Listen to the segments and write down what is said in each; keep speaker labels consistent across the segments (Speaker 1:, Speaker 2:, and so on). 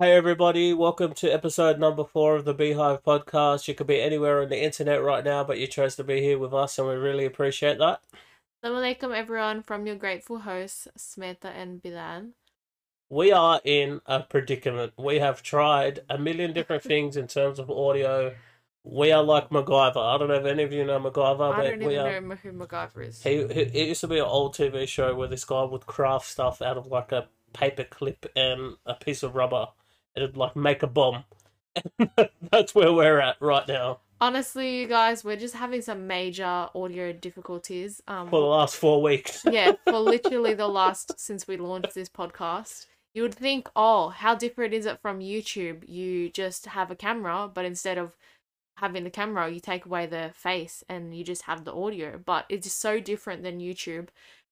Speaker 1: Hey everybody, welcome to episode number four of the Beehive Podcast. You could be anywhere on the internet right now, but you chose to be here with us and we really appreciate that.
Speaker 2: Assalamualaikum everyone from your grateful hosts Smeta and Bilan.
Speaker 1: We are in a predicament. We have tried a million different things in terms of audio. We are like MacGyver. I don't know if any of you know MacGyver,
Speaker 2: I
Speaker 1: but
Speaker 2: don't even
Speaker 1: Oh, we are
Speaker 2: know who MacGyver is.
Speaker 1: He, he it used to be an old TV show where this guy would craft stuff out of like a paper clip and a piece of rubber. It'd like make a bomb. That's where we're at right now
Speaker 2: Honestly, you guys, we're just having some major audio difficulties. Um,
Speaker 1: for the last four weeks.
Speaker 2: yeah, for literally the last since we launched this podcast. You would think, oh, how different is it from YouTube? You just have a camera, but instead of having the camera, you take away the face and you just have the audio. But it's so different than YouTube.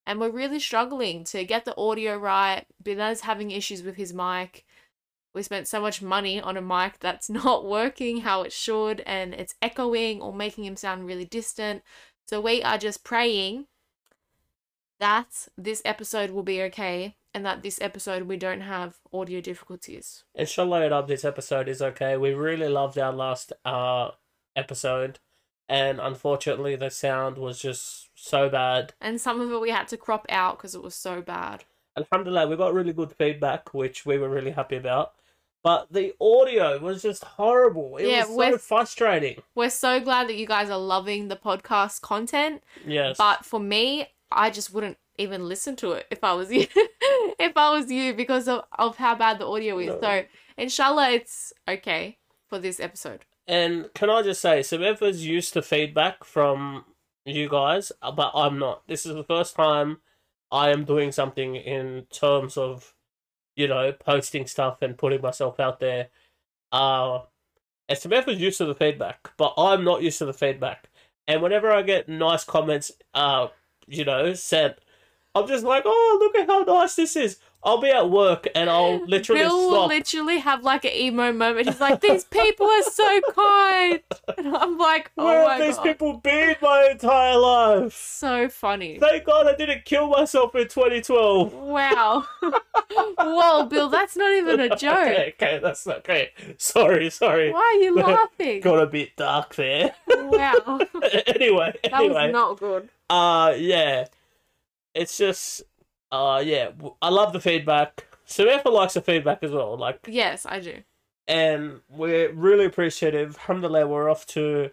Speaker 2: And we're really struggling to get the audio right. Binan's having issues with his mic. We spent so much money on a mic that's not working how it should and it's echoing or making him sound really distant. So we are just praying that this episode will be okay and that this episode we don't have audio difficulties.
Speaker 1: Inshallah, it up this episode is okay. We really loved our last uh episode, and unfortunately, the sound was just so bad.
Speaker 2: And some of it we had to crop out because it was so bad.
Speaker 1: Alhamdulillah, we got really good feedback, which we were really happy about. But the audio was just horrible. It
Speaker 2: Yeah,
Speaker 1: was so
Speaker 2: we're-
Speaker 1: frustrating.
Speaker 2: We're so glad that you guys are loving the podcast content,
Speaker 1: Yes.
Speaker 2: but for me, I just wouldn't even listen to it if I was you. if I was you because of, of how bad the audio is.
Speaker 1: No.
Speaker 2: So, inshallah it's okay for this episode.
Speaker 1: And can I just say, Samantha's used to feedback from you guys, uh, but I'm not. This is the first time I am doing something in terms of, you know, posting stuff and putting myself out there. Uh, and Samantha's used to the feedback, but I'm not used to the feedback. And whenever I get nice comments, uh, you know, sent, I'm just like, oh, look at how nice this is. I'll be at work and I'll literally
Speaker 2: Bill will
Speaker 1: stop.
Speaker 2: literally have like an emo moment. He's like, "These people are so kind," and I'm like, "Oh
Speaker 1: Where
Speaker 2: my
Speaker 1: have these
Speaker 2: god,
Speaker 1: people been my entire life?
Speaker 2: so funny!"
Speaker 1: Thank God I didn't kill myself in 2012.
Speaker 2: Wow, whoa, Bill, that's not even a joke.
Speaker 1: okay, okay, that's not great. Sorry, sorry.
Speaker 2: Why are you laughing?
Speaker 1: Got a bit dark there.
Speaker 2: Wow,
Speaker 1: anyway,
Speaker 2: that
Speaker 1: anyway.
Speaker 2: was not good.
Speaker 1: uh, yeah. It's just, uh, yeah. w- I love the feedback. Samantha likes the feedback as well. Like,
Speaker 2: Yes, I do.
Speaker 1: and we're really appreciative. Alhamdulillah, we're off to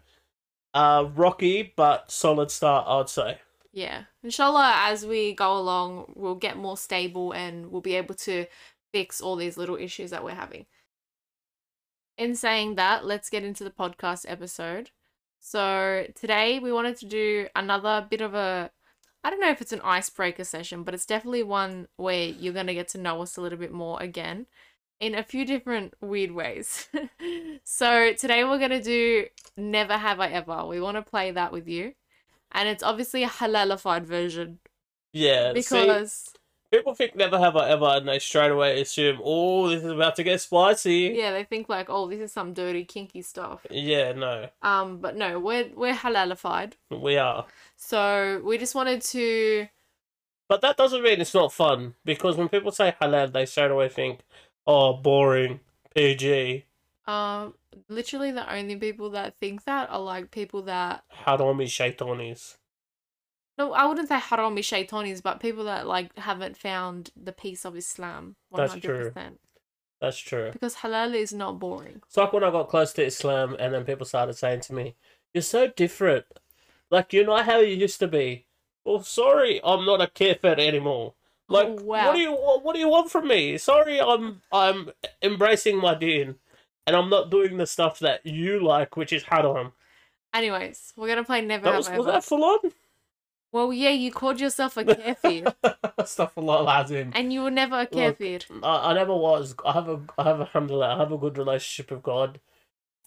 Speaker 1: a rocky but solid start, I'd say.
Speaker 2: Yeah, inshallah, as we go along, we'll get more stable and we'll be able to fix all these little issues that we're having. In saying that, let's get into the podcast episode. So, today we wanted to do another bit of a I don't know if it's an icebreaker session, but it's definitely one where you're going to get to know us a little bit more again in a few different weird ways. so, today we're going to do Never Have I Ever. We want to play that with you. And it's obviously a halalified version
Speaker 1: Yeah. see?
Speaker 2: because
Speaker 1: People think never have I ever, and they straight away assume, oh, this is about to get spicy.
Speaker 2: yeah, they think like, oh, this is some dirty kinky stuff.
Speaker 1: Yeah, no,
Speaker 2: Um, but no, we're we're halalified.
Speaker 1: we are.
Speaker 2: So we just wanted to
Speaker 1: But that doesn't mean it's not fun, because when people say halal, they straight away think, oh, boring, PG,
Speaker 2: um literally the only people that think that are like people that
Speaker 1: harami shaitanis.
Speaker 2: no, I wouldn't say harami shaitanis, but people that like haven't found the peace of Islam one
Speaker 1: That's
Speaker 2: hundred percent.
Speaker 1: That's true.
Speaker 2: Because halal is not boring.
Speaker 1: It's like when I got close to Islam, and then people started saying to me, you're so different. Like, you're not how you used to be. Well, sorry, I'm not a kafir anymore. Like,
Speaker 2: Oh, wow.
Speaker 1: what do you wa- what do you want from me? Sorry, I'm I'm embracing my deen, and I'm not doing the stuff that you like, which is haram.
Speaker 2: Anyways, we're gonna play Never
Speaker 1: That
Speaker 2: Have
Speaker 1: was
Speaker 2: I
Speaker 1: was
Speaker 2: Ever.
Speaker 1: that full on?
Speaker 2: Well, yeah, you called yourself a kafir,
Speaker 1: Stuff a lot, lads. In
Speaker 2: and you were never a
Speaker 1: Look,
Speaker 2: kafir.
Speaker 1: I, I never was. I have a I have a alhamdulillah. I have a good relationship with God.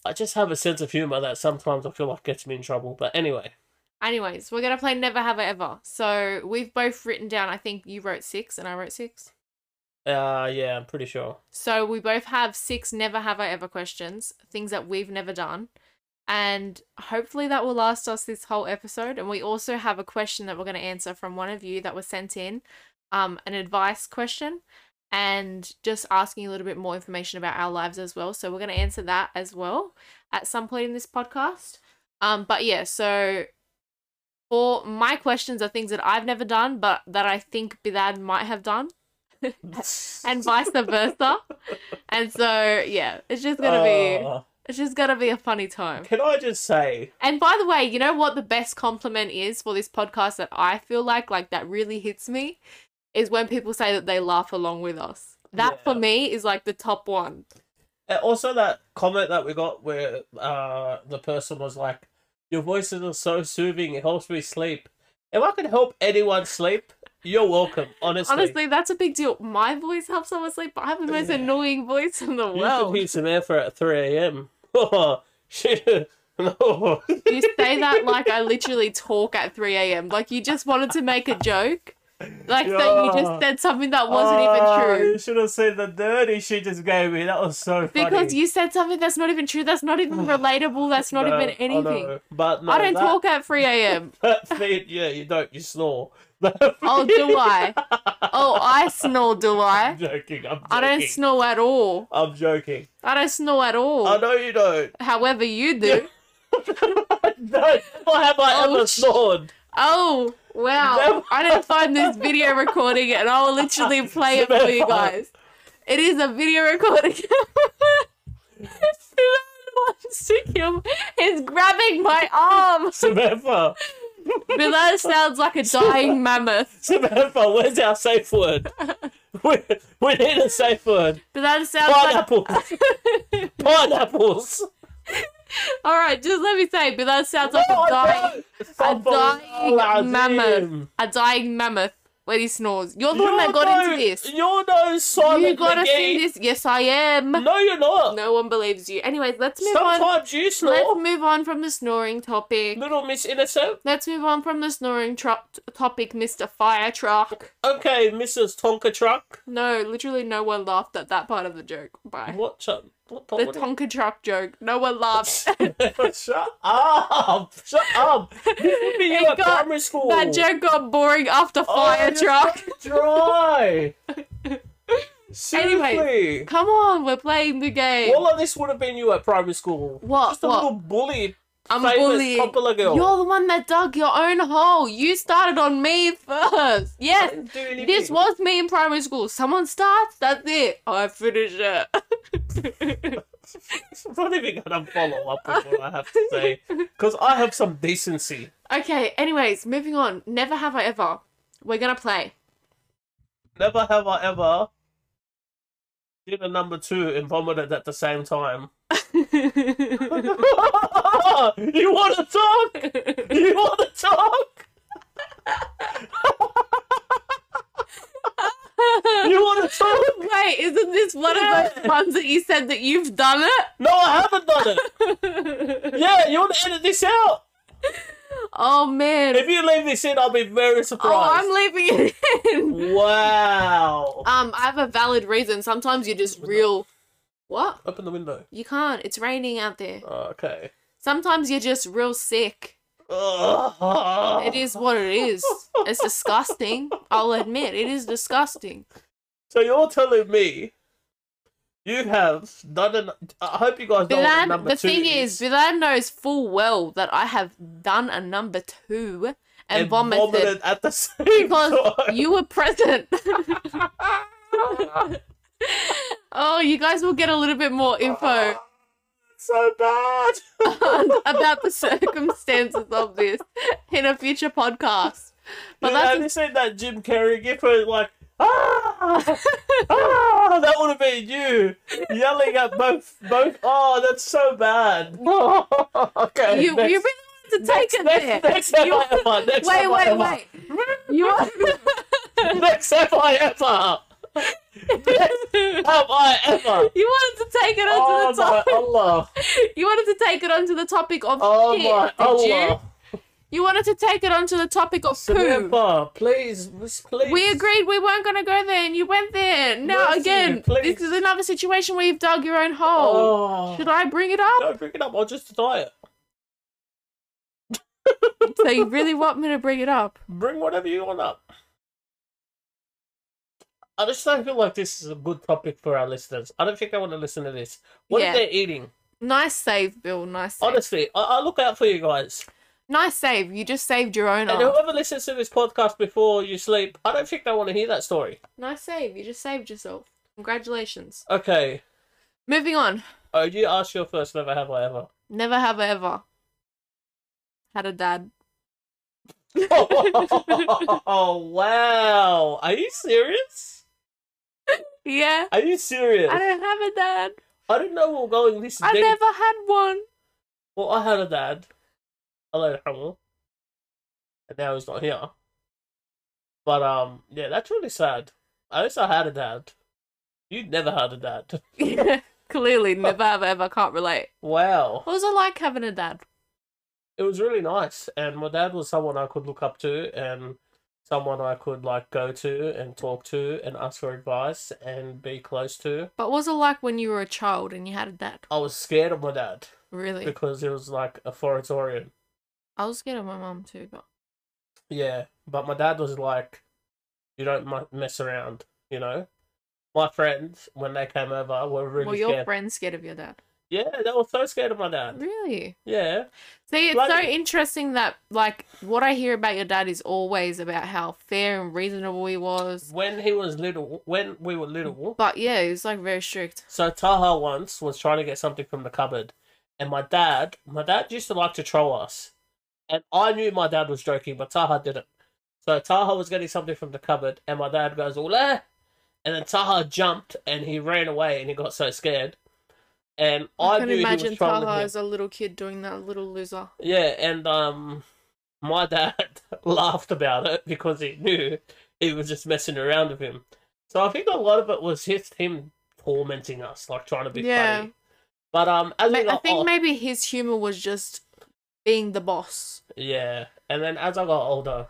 Speaker 1: I just have a sense of humor that sometimes I feel like gets me in trouble. But anyway,
Speaker 2: Anyways, we're gonna play Never Have I Ever. So we've both written down. I think you wrote six and I wrote six.
Speaker 1: uh, yeah, I'm pretty sure.
Speaker 2: So we both have six Never Have I Ever questions, things that we've never done, and hopefully that will last us this whole episode. And we also have a question that we're gonna answer from one of you that was sent in, um, an advice question, and just asking a little bit more information about our lives as well. So we're going to answer that as well at some point in this podcast. Um, but yeah, so for my questions are things that I've never done, but that I think Bidad might have done, and vice versa. and so yeah, it's just gonna be
Speaker 1: Uh,
Speaker 2: it's just gonna be a funny time.
Speaker 1: Can I just say?
Speaker 2: And by the way, you know what the best compliment is for this podcast that I feel like like that really hits me is when people say that they laugh along with us. That for
Speaker 1: Yeah.
Speaker 2: me is like the top one.
Speaker 1: uh, Also, that comment that we got where uh the person was like, "Your voices are so soothing; it helps me sleep." If I can help anyone sleep, you're welcome. Honestly,
Speaker 2: Honestly, that's a big deal. My voice helps someone sleep, but I have the most
Speaker 1: Yeah.
Speaker 2: annoying voice in the
Speaker 1: you
Speaker 2: world.
Speaker 1: should meet Samantha at three a.m. Shit. No.
Speaker 2: You say that like I literally talk at 3 a.m. Like you just wanted to make a joke. Like that you
Speaker 1: Yeah.
Speaker 2: just said something that wasn't even true.
Speaker 1: Ah, You should have seen the dirty she just gave me. That was so funny.
Speaker 2: Because you said something that's not even true, that's not even relatable, that's not
Speaker 1: No,
Speaker 2: even
Speaker 1: I know.
Speaker 2: anything.
Speaker 1: But no,
Speaker 2: I don't
Speaker 1: that,
Speaker 2: talk at 3 a.m.
Speaker 1: That feed, yeah, you don't. You snore.
Speaker 2: Oh, do I? Oh, I snore, do
Speaker 1: I'm
Speaker 2: I?
Speaker 1: joking. I'm joking.
Speaker 2: I don't snore at all.
Speaker 1: I'm joking.
Speaker 2: I don't snore at
Speaker 1: I
Speaker 2: all.
Speaker 1: know you don't.
Speaker 2: However, you do.
Speaker 1: no, why have I
Speaker 2: Oh,
Speaker 1: ever
Speaker 2: sh-
Speaker 1: snored?
Speaker 2: Oh, wow.
Speaker 1: Never-
Speaker 2: I didn't find this video recording and I'll literally play it for you
Speaker 1: Never.
Speaker 2: guys. It is a video recording. Bilal wants to kill me. He's grabbing my arm.
Speaker 1: Samantha,
Speaker 2: Bilal sounds like a dying mammoth.
Speaker 1: Samantha, where's our safe word? we, we need a safe word.
Speaker 2: Bilal sounds like.
Speaker 1: Pineapples. Pineapples.
Speaker 2: Alright, just let me say, Bilal sounds like
Speaker 1: No,
Speaker 2: a
Speaker 1: Oh, I Oh,
Speaker 2: dying,
Speaker 1: don't.
Speaker 2: dying
Speaker 1: Astaghfirullah
Speaker 2: mammoth.
Speaker 1: alazim.
Speaker 2: a dying mammoth when he snores. You're the one
Speaker 1: You're
Speaker 2: that got
Speaker 1: no-
Speaker 2: into this.
Speaker 1: You're no Simon
Speaker 2: You got us
Speaker 1: McGee.
Speaker 2: in this. Yes, I am.
Speaker 1: No, you're not.
Speaker 2: No one believes you. Anyways, let's move on.
Speaker 1: Sometimes you snore.
Speaker 2: Let's move on from the snoring topic.
Speaker 1: Little Miss Innocent.
Speaker 2: Let's move on from the snoring tro- topic, Mr. Fire Truck.
Speaker 1: Okay, Mrs. Tonka Truck.
Speaker 2: No, literally no one laughed at that part of the joke. Bye.
Speaker 1: What? Truck? What,
Speaker 2: The
Speaker 1: what,
Speaker 2: Tonka truck joke. No one laughed.
Speaker 1: shut up! Shut up! This would be
Speaker 2: It
Speaker 1: you at
Speaker 2: got-
Speaker 1: primary school. Oh,
Speaker 2: that joke got boring after Fire
Speaker 1: you're
Speaker 2: Truck.
Speaker 1: Dry. Seriously.
Speaker 2: Anyway. Come on, we're playing the game.
Speaker 1: All of this would have been you at primary school.
Speaker 2: What?
Speaker 1: Just a
Speaker 2: What?
Speaker 1: little bully.
Speaker 2: I'm
Speaker 1: famous
Speaker 2: bullying.
Speaker 1: Popular girl.
Speaker 2: You're the one that dug your own hole. You started on me first.
Speaker 1: I
Speaker 2: Yes.
Speaker 1: didn't do anything.
Speaker 2: This was me in primary school. Someone starts, that's it. I finish it.
Speaker 1: I'm not even gonna follow up with what I have to say because I have some decency.
Speaker 2: okay, anyways, moving on. Never have I ever. We're gonna play.
Speaker 1: Never have I ever did a number two and vomited at the same time. you want to talk? You want to talk? You want to talk?
Speaker 2: Wait, isn't this one of those
Speaker 1: Yeah.
Speaker 2: ones that you said that you've done
Speaker 1: No, I haven't done it.
Speaker 2: it?
Speaker 1: Yeah, you want to edit this out?
Speaker 2: oh man.
Speaker 1: If you leave this in, I'll be very
Speaker 2: Oh,
Speaker 1: surprised.
Speaker 2: I'm leaving it in.
Speaker 1: Wow.
Speaker 2: Um, I have a valid reason. Sometimes you just real. What?
Speaker 1: Open the window.
Speaker 2: You can't. It's raining out there.
Speaker 1: Okay.
Speaker 2: Sometimes you're just real sick. It
Speaker 1: It
Speaker 2: is what it is. It's disgusting. I'll admit, it is disgusting.
Speaker 1: So you're telling me you have done an. I hope you guys know what a
Speaker 2: Bilan,
Speaker 1: number
Speaker 2: the
Speaker 1: two
Speaker 2: thing is, Bilan knows full well that I have done a number two and,
Speaker 1: and
Speaker 2: vomited.
Speaker 1: at the same
Speaker 2: Because
Speaker 1: time.
Speaker 2: You were present. oh, you guys will get a little bit more info
Speaker 1: so bad.
Speaker 2: about the circumstances of this in a future podcast. But
Speaker 1: yeah,
Speaker 2: that's
Speaker 1: have you seen that Jim Carrey gif where it's like, ah, ah, that would have been you yelling at both, both. Oh, that's so bad. okay.
Speaker 2: you, you really
Speaker 1: next,
Speaker 2: wanted to take
Speaker 1: next,
Speaker 2: it there.
Speaker 1: next, next
Speaker 2: You-
Speaker 1: FIFR, next
Speaker 2: wait, wait,
Speaker 1: FIFR.
Speaker 2: wait. You
Speaker 1: Next have I ever. Next have I ever.
Speaker 2: You wanted to take it onto
Speaker 1: Oh
Speaker 2: the
Speaker 1: my
Speaker 2: topic.
Speaker 1: Allah.
Speaker 2: You wanted to take it onto the topic of
Speaker 1: Oh
Speaker 2: shit,
Speaker 1: my
Speaker 2: did
Speaker 1: Allah.
Speaker 2: you? You wanted to take it onto the topic of poo.
Speaker 1: Samantha, please, please.
Speaker 2: We agreed we weren't gonna go there, and you went there. Now
Speaker 1: Mercy,
Speaker 2: again,
Speaker 1: please.
Speaker 2: this is another situation where you've dug your own hole.
Speaker 1: Oh.
Speaker 2: Should I bring it up?
Speaker 1: Don't bring it up. I'll just deny it.
Speaker 2: so you really want me to bring it up?
Speaker 1: Bring whatever you want up. I just don't feel like this is a good topic for our listeners. I don't think I want to listen to this. What
Speaker 2: Yeah.
Speaker 1: if they're eating?
Speaker 2: Nice save, Bill. Nice save.
Speaker 1: Honestly, I, I look out for you guys.
Speaker 2: Nice save. You just saved your
Speaker 1: And
Speaker 2: own ass.
Speaker 1: whoever listens to this podcast before you sleep, I don't think they want to hear that story.
Speaker 2: Nice save. You just saved yourself. Congratulations.
Speaker 1: Okay.
Speaker 2: Moving on.
Speaker 1: Oh, you ask your first never have I ever.
Speaker 2: Never have I ever had a dad.
Speaker 1: oh wow. Are you serious?
Speaker 2: Yeah.
Speaker 1: Are you serious?
Speaker 2: I don't have a dad.
Speaker 1: I don't know where we're going this
Speaker 2: I've
Speaker 1: deep.
Speaker 2: never had one.
Speaker 1: Well, I had a dad. Hello, Hummel. And now he's not here. But um, yeah, that's really sad. At least I had a dad. You never had a dad.
Speaker 2: Clearly,
Speaker 1: Oh.
Speaker 2: never have I ever. Can't relate.
Speaker 1: Wow.
Speaker 2: What was it like having a dad?
Speaker 1: It was really nice, and my dad was someone I could look up to, and someone I could like go to and talk to and ask for advice and be close to.
Speaker 2: But what was it like when you were a child and you had a dad?
Speaker 1: I was scared of my dad
Speaker 2: Really?
Speaker 1: because he was like a authoritarian.
Speaker 2: I was scared of my mum too, but
Speaker 1: Yeah, but my dad was like, "You don't mu- mess around," you know. My friends, when they came over, were really
Speaker 2: were your
Speaker 1: scared.
Speaker 2: friends scared of your dad?
Speaker 1: yeah, they were so scared of my dad.
Speaker 2: Really?
Speaker 1: Yeah,
Speaker 2: See, it's so
Speaker 1: Like-
Speaker 2: interesting that like what I hear about your dad is always about how fair and reasonable he was.
Speaker 1: when he was little, when we were little,
Speaker 2: But yeah, he was like very strict.
Speaker 1: so Taha once was trying to get something from the cupboard, and my dad, my dad used to like to troll us, and I knew my dad was joking, but Taha didn't. So Taha was getting something from the cupboard, and my dad goes, "Ola," and then Taha jumped and he ran away, and he got so scared. And I,
Speaker 2: I, can
Speaker 1: knew he
Speaker 2: imagine
Speaker 1: was trolling
Speaker 2: Taha
Speaker 1: him.
Speaker 2: as a little kid doing that little loser.
Speaker 1: Yeah, and um, my dad laughed about it because he knew he was just messing around with him. So I think a lot of it was just him tormenting us, like trying to be
Speaker 2: Yeah.
Speaker 1: funny. But um, as
Speaker 2: Ma-
Speaker 1: we
Speaker 2: I
Speaker 1: got
Speaker 2: think
Speaker 1: ol-
Speaker 2: maybe his humor was just being the boss.
Speaker 1: yeah, and then as I got older,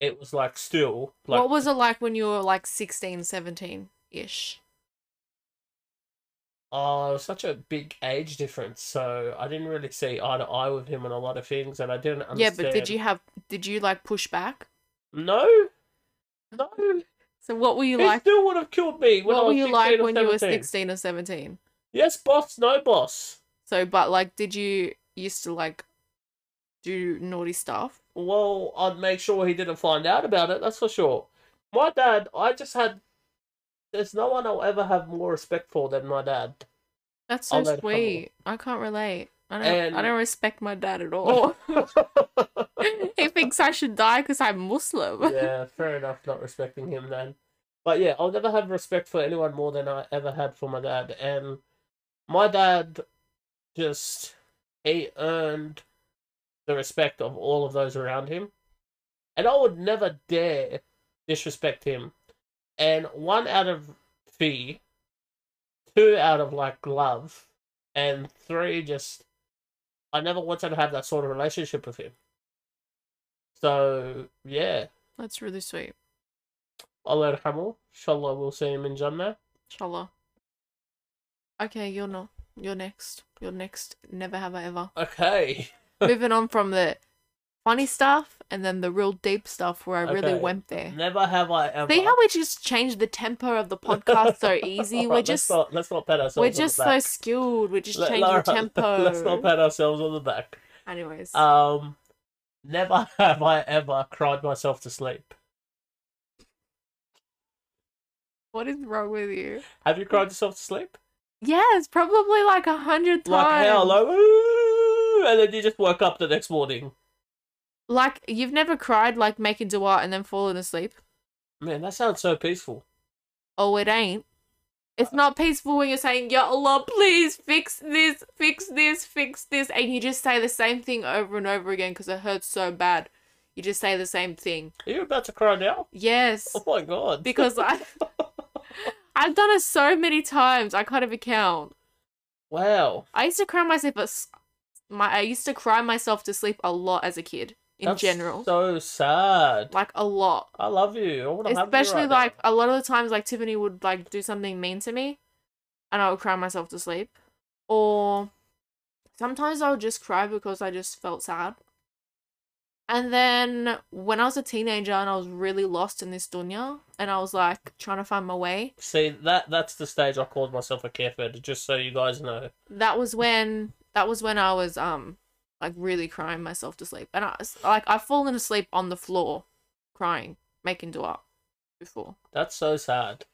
Speaker 1: it was like still like
Speaker 2: what was it like when you were like 16, 17 ish?
Speaker 1: oh, such a big age difference. So I didn't really see eye to eye with him on a lot of things, and I didn't
Speaker 2: Yeah,
Speaker 1: understand.
Speaker 2: but did you have did you like push back?
Speaker 1: No, no,
Speaker 2: So what were you
Speaker 1: he
Speaker 2: like?
Speaker 1: still would have killed me. When I
Speaker 2: What were
Speaker 1: was
Speaker 2: you
Speaker 1: 16
Speaker 2: like
Speaker 1: or
Speaker 2: when you were
Speaker 1: 17.
Speaker 2: 16 or 17?
Speaker 1: Yes, boss, no boss.
Speaker 2: So, but like, did you used to like do naughty stuff?
Speaker 1: Well, I'd make sure he didn't find out about it, that's for sure. My dad, I just had. There's no one I'll ever have more respect for than my dad.
Speaker 2: That's
Speaker 1: I'll
Speaker 2: so
Speaker 1: let it
Speaker 2: sweet. I can't relate. I don't. I
Speaker 1: And-
Speaker 2: don't respect my dad at all. he thinks I should die because I'm Muslim.
Speaker 1: yeah, fair enough, not respecting him then. But yeah, I'll never have respect for anyone more than I ever had for my dad. And my dad just. He earned the respect of all of those around him. And I would never dare disrespect him. And one out of fee, two out of like love, and three just I never wanted to have that sort of relationship with him. So yeah,
Speaker 2: That's really sweet.
Speaker 1: Allah Hamil. Inshallah we'll see him in Jannah.
Speaker 2: Inshallah. Okay, you're not. You're next. You're next. Never have I ever.
Speaker 1: Okay.
Speaker 2: Moving on from the funny stuff and then the real deep stuff where I really
Speaker 1: Okay.
Speaker 2: went there.
Speaker 1: Never have I ever
Speaker 2: See how we just changed the tempo of the podcast so easy.
Speaker 1: Alright,
Speaker 2: We're
Speaker 1: let's
Speaker 2: just
Speaker 1: not, let's not pat ourselves
Speaker 2: we're
Speaker 1: on the
Speaker 2: just so
Speaker 1: back.
Speaker 2: skilled. We're just
Speaker 1: Let-
Speaker 2: changing
Speaker 1: Lara,
Speaker 2: the tempo.
Speaker 1: Let's not pat ourselves on the back.
Speaker 2: Anyways,
Speaker 1: Um, never have I ever cried myself to sleep.
Speaker 2: what is wrong with you?
Speaker 1: Have you cried yourself to sleep?
Speaker 2: Yes, probably like a hundred times.
Speaker 1: Like how like, "Ooh," and then you just woke up the next morning.
Speaker 2: Like you've never cried like making dua and then falling asleep.
Speaker 1: Man, that sounds so peaceful.
Speaker 2: Oh, it ain't. It's not peaceful when you're saying, Ya Allah, please fix this, fix this, fix this. And you just say the same thing over and over again because it hurts so bad. You just say the same thing.
Speaker 1: Are you about to cry now?
Speaker 2: Yes.
Speaker 1: Oh my god.
Speaker 2: because I I've done it so many times. I can't even count.
Speaker 1: wow.
Speaker 2: I used to cry myself. as- My I used to cry myself to sleep a lot as a kid in
Speaker 1: that's
Speaker 2: general,
Speaker 1: So sad.
Speaker 2: like a lot.
Speaker 1: I love you. I want to have you
Speaker 2: Especially
Speaker 1: right
Speaker 2: like
Speaker 1: now.
Speaker 2: a lot of the times, like Tiffany would like do something mean to me, and I would cry myself to sleep, or sometimes I would just cry because I just felt sad. And then when I was a teenager and I was really lost in this dunya and I was like trying to find my way,
Speaker 1: See that that's the stage I called myself a carefed, just so you guys know.
Speaker 2: that was when that was when I was um like really crying myself to sleep. And I was- like I've fallen asleep on the floor crying, making dua before.
Speaker 1: That's so sad.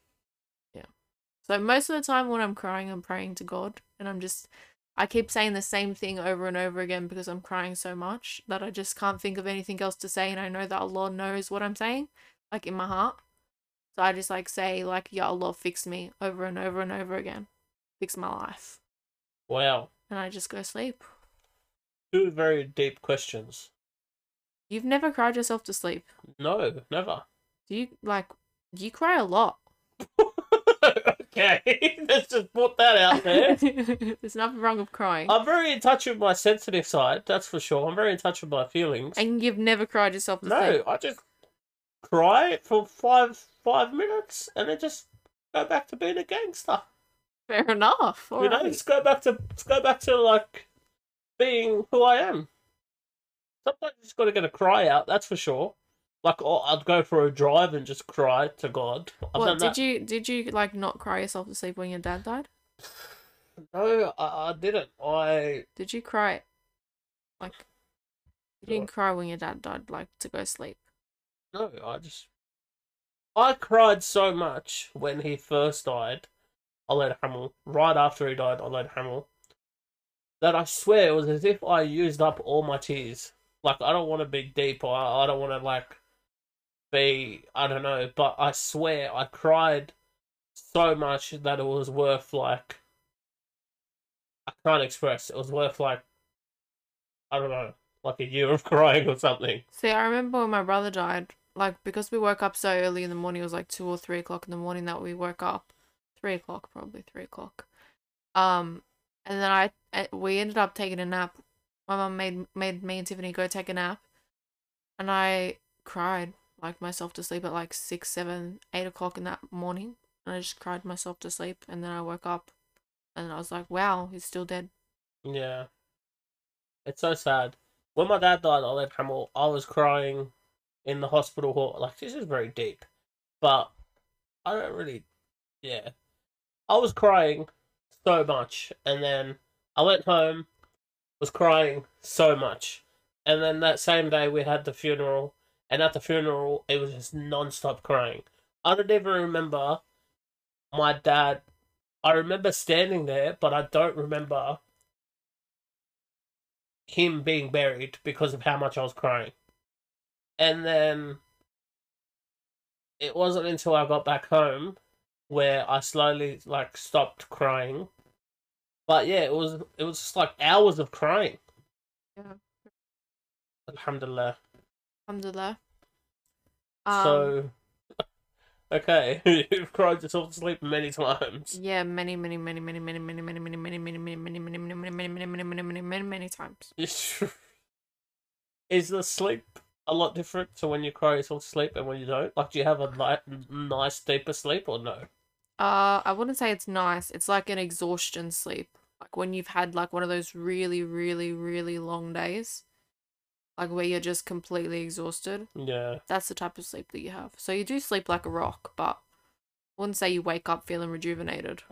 Speaker 2: So most of the time when I'm crying I'm praying to God and I'm just I keep saying the same thing over and over again because I'm crying so much that I just can't think of anything else to say and I know that Allah knows what I'm saying, like in my heart. So I just like say like Ya Allah fix me over and over and over again. Fix my life.
Speaker 1: Wow.
Speaker 2: And I just go sleep.
Speaker 1: Two very deep questions.
Speaker 2: You've never cried yourself to sleep.
Speaker 1: No, never.
Speaker 2: Do you like you cry a lot?
Speaker 1: okay, let's just put that out there.
Speaker 2: There's nothing wrong with crying.
Speaker 1: I'm very in touch with my sensitive side, that's for sure. I'm very in touch with my feelings.
Speaker 2: and you've never cried yourself to sleep.
Speaker 1: No, I just cry for five five minutes and then just go back to being a gangster.
Speaker 2: Fair enough.
Speaker 1: you know,
Speaker 2: alright.
Speaker 1: just go back to just go back to like being who I am. Sometimes you just gotta get a cry out, that's for sure. Like oh, I'd go for a drive and just cry to God. I've
Speaker 2: What
Speaker 1: done
Speaker 2: did
Speaker 1: that.
Speaker 2: you did you like not cry yourself to sleep when your dad died?
Speaker 1: No, I, I didn't. I
Speaker 2: Did you cry like you
Speaker 1: No.
Speaker 2: didn't cry when your dad died like to go sleep?
Speaker 1: no, I just I cried so much when he first died, Oled Hamill. Right after he died, Oled Hamill. That I swear it was as if I used up all my tears. Like I don't want to be deep, or I, I don't want to like be. I don't know, but I swear I cried so much that it was worth like. I can't express. It was worth like. I don't know, like a year of crying or something.
Speaker 2: See, I remember when my brother died, like because we woke up so early in the morning, it was like two or three o'clock in the morning that we woke up, three o'clock probably three o'clock, um, and then I eh, we ended up taking a nap. My mum made made me and Tiffany go take a nap, and I cried like myself to sleep at like six, seven, eight o'clock in that morning, and I just cried myself to sleep, and then I woke up, and I was like, wow, he's still dead.
Speaker 1: Yeah. It's so sad. When my dad died, Oled Hamill, I was crying in the hospital hall. Like, this is very deep. But I don't really. Yeah. I was crying so much. And then I went home, was crying so much. And then that same day, we had the funeral. And at the funeral, it was just non stop crying. I don't even remember my dad. I remember standing there, but I don't remember him being buried because of how much I was crying. And then it wasn't until I got back home where I slowly like stopped crying. But yeah, it was it was just like hours of crying.
Speaker 2: Yeah.
Speaker 1: Alhamdulillah.
Speaker 2: Alhamdulillah. Um,
Speaker 1: so Okay. You've cried yourself to sleep many times.
Speaker 2: Yeah, many, many, many, many, many, many, many, many, many, many, many, many, many, many, many, many, many, many, many, many, many, many times.
Speaker 1: Is the sleep a lot different to when you cry yourself to sleep and when you don't? Like, do you have a light, nice, deeper sleep or no?
Speaker 2: Uh, I wouldn't say it's nice. It's like an exhaustion sleep, like when you've had like one of those really, really, really long days, like where you're just completely exhausted.
Speaker 1: Yeah.
Speaker 2: That's the type of sleep that you have. So you do sleep like a rock, but I wouldn't say you wake up feeling rejuvenated.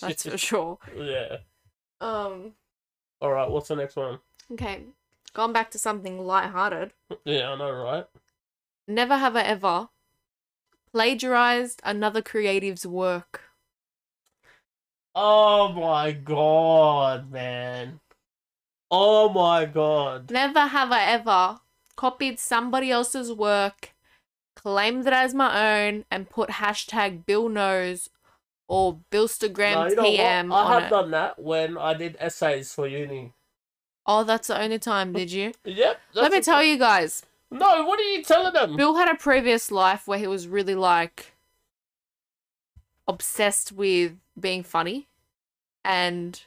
Speaker 2: That's for sure.
Speaker 1: Yeah.
Speaker 2: Um,
Speaker 1: All right. What's the next one?
Speaker 2: okay, going back to something lighthearted.
Speaker 1: Yeah, I know, right?
Speaker 2: Never have I ever plagiarized another creative's work.
Speaker 1: Oh my god, man. Oh my god.
Speaker 2: Never have I ever copied somebody else's work, claimed it as my own, and put hashtag Bill knows or
Speaker 1: No,
Speaker 2: Billstagram
Speaker 1: you know what?
Speaker 2: TM
Speaker 1: I
Speaker 2: on
Speaker 1: have
Speaker 2: it.
Speaker 1: done that when I did essays for uni.
Speaker 2: Oh, that's the only time, did you?
Speaker 1: Yep.
Speaker 2: Let me tell you guys,
Speaker 1: No, what are you telling them?
Speaker 2: Bill had a previous life where he was really like obsessed with being funny and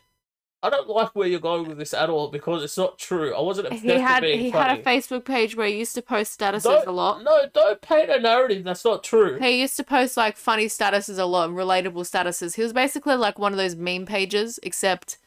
Speaker 1: I don't like where you're going with this at all because it's not true. I wasn't obsessed
Speaker 2: he had
Speaker 1: with being
Speaker 2: he
Speaker 1: funny.
Speaker 2: had a Facebook page where he used to post statuses
Speaker 1: Don't-
Speaker 2: a lot.
Speaker 1: No, don't paint a narrative that's not true.
Speaker 2: He used to post like funny statuses a lot and relatable statuses. He was basically like one of those meme pages, except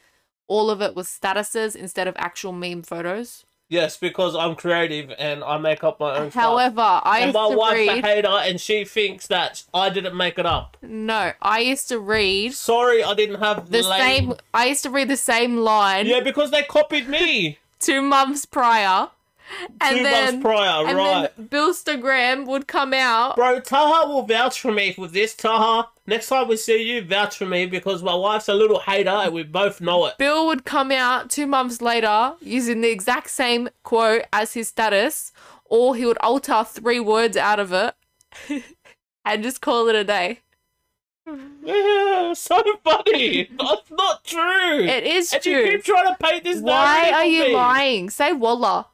Speaker 2: all of it was statuses instead of actual meme photos.
Speaker 1: Yes, because I'm creative and I make up my own stuff.
Speaker 2: However, I
Speaker 1: And
Speaker 2: used
Speaker 1: my
Speaker 2: to
Speaker 1: wife's
Speaker 2: read.
Speaker 1: a hater, and she thinks that I didn't make it up.
Speaker 2: No, I used to read
Speaker 1: Sorry, I didn't have
Speaker 2: the
Speaker 1: lame-
Speaker 2: same. I used to read the same line
Speaker 1: Yeah, because they copied me
Speaker 2: two months prior, and
Speaker 1: two
Speaker 2: then
Speaker 1: months prior,
Speaker 2: and
Speaker 1: right?
Speaker 2: then Bill Stagram would come out.
Speaker 1: Bro, Taha will vouch for me for this. Taha, next time we see you, vouch for me because my wife's a little hater and we both know it.
Speaker 2: Bill would come out two months later using the exact same quote as his status, or he would alter three words out of it and just call it a day.
Speaker 1: Yeah, so funny. That's not true.
Speaker 2: It is
Speaker 1: and you
Speaker 2: true.
Speaker 1: keep trying to paint this
Speaker 2: Why
Speaker 1: narrative
Speaker 2: are
Speaker 1: on
Speaker 2: you
Speaker 1: me.
Speaker 2: lying? Say Walla.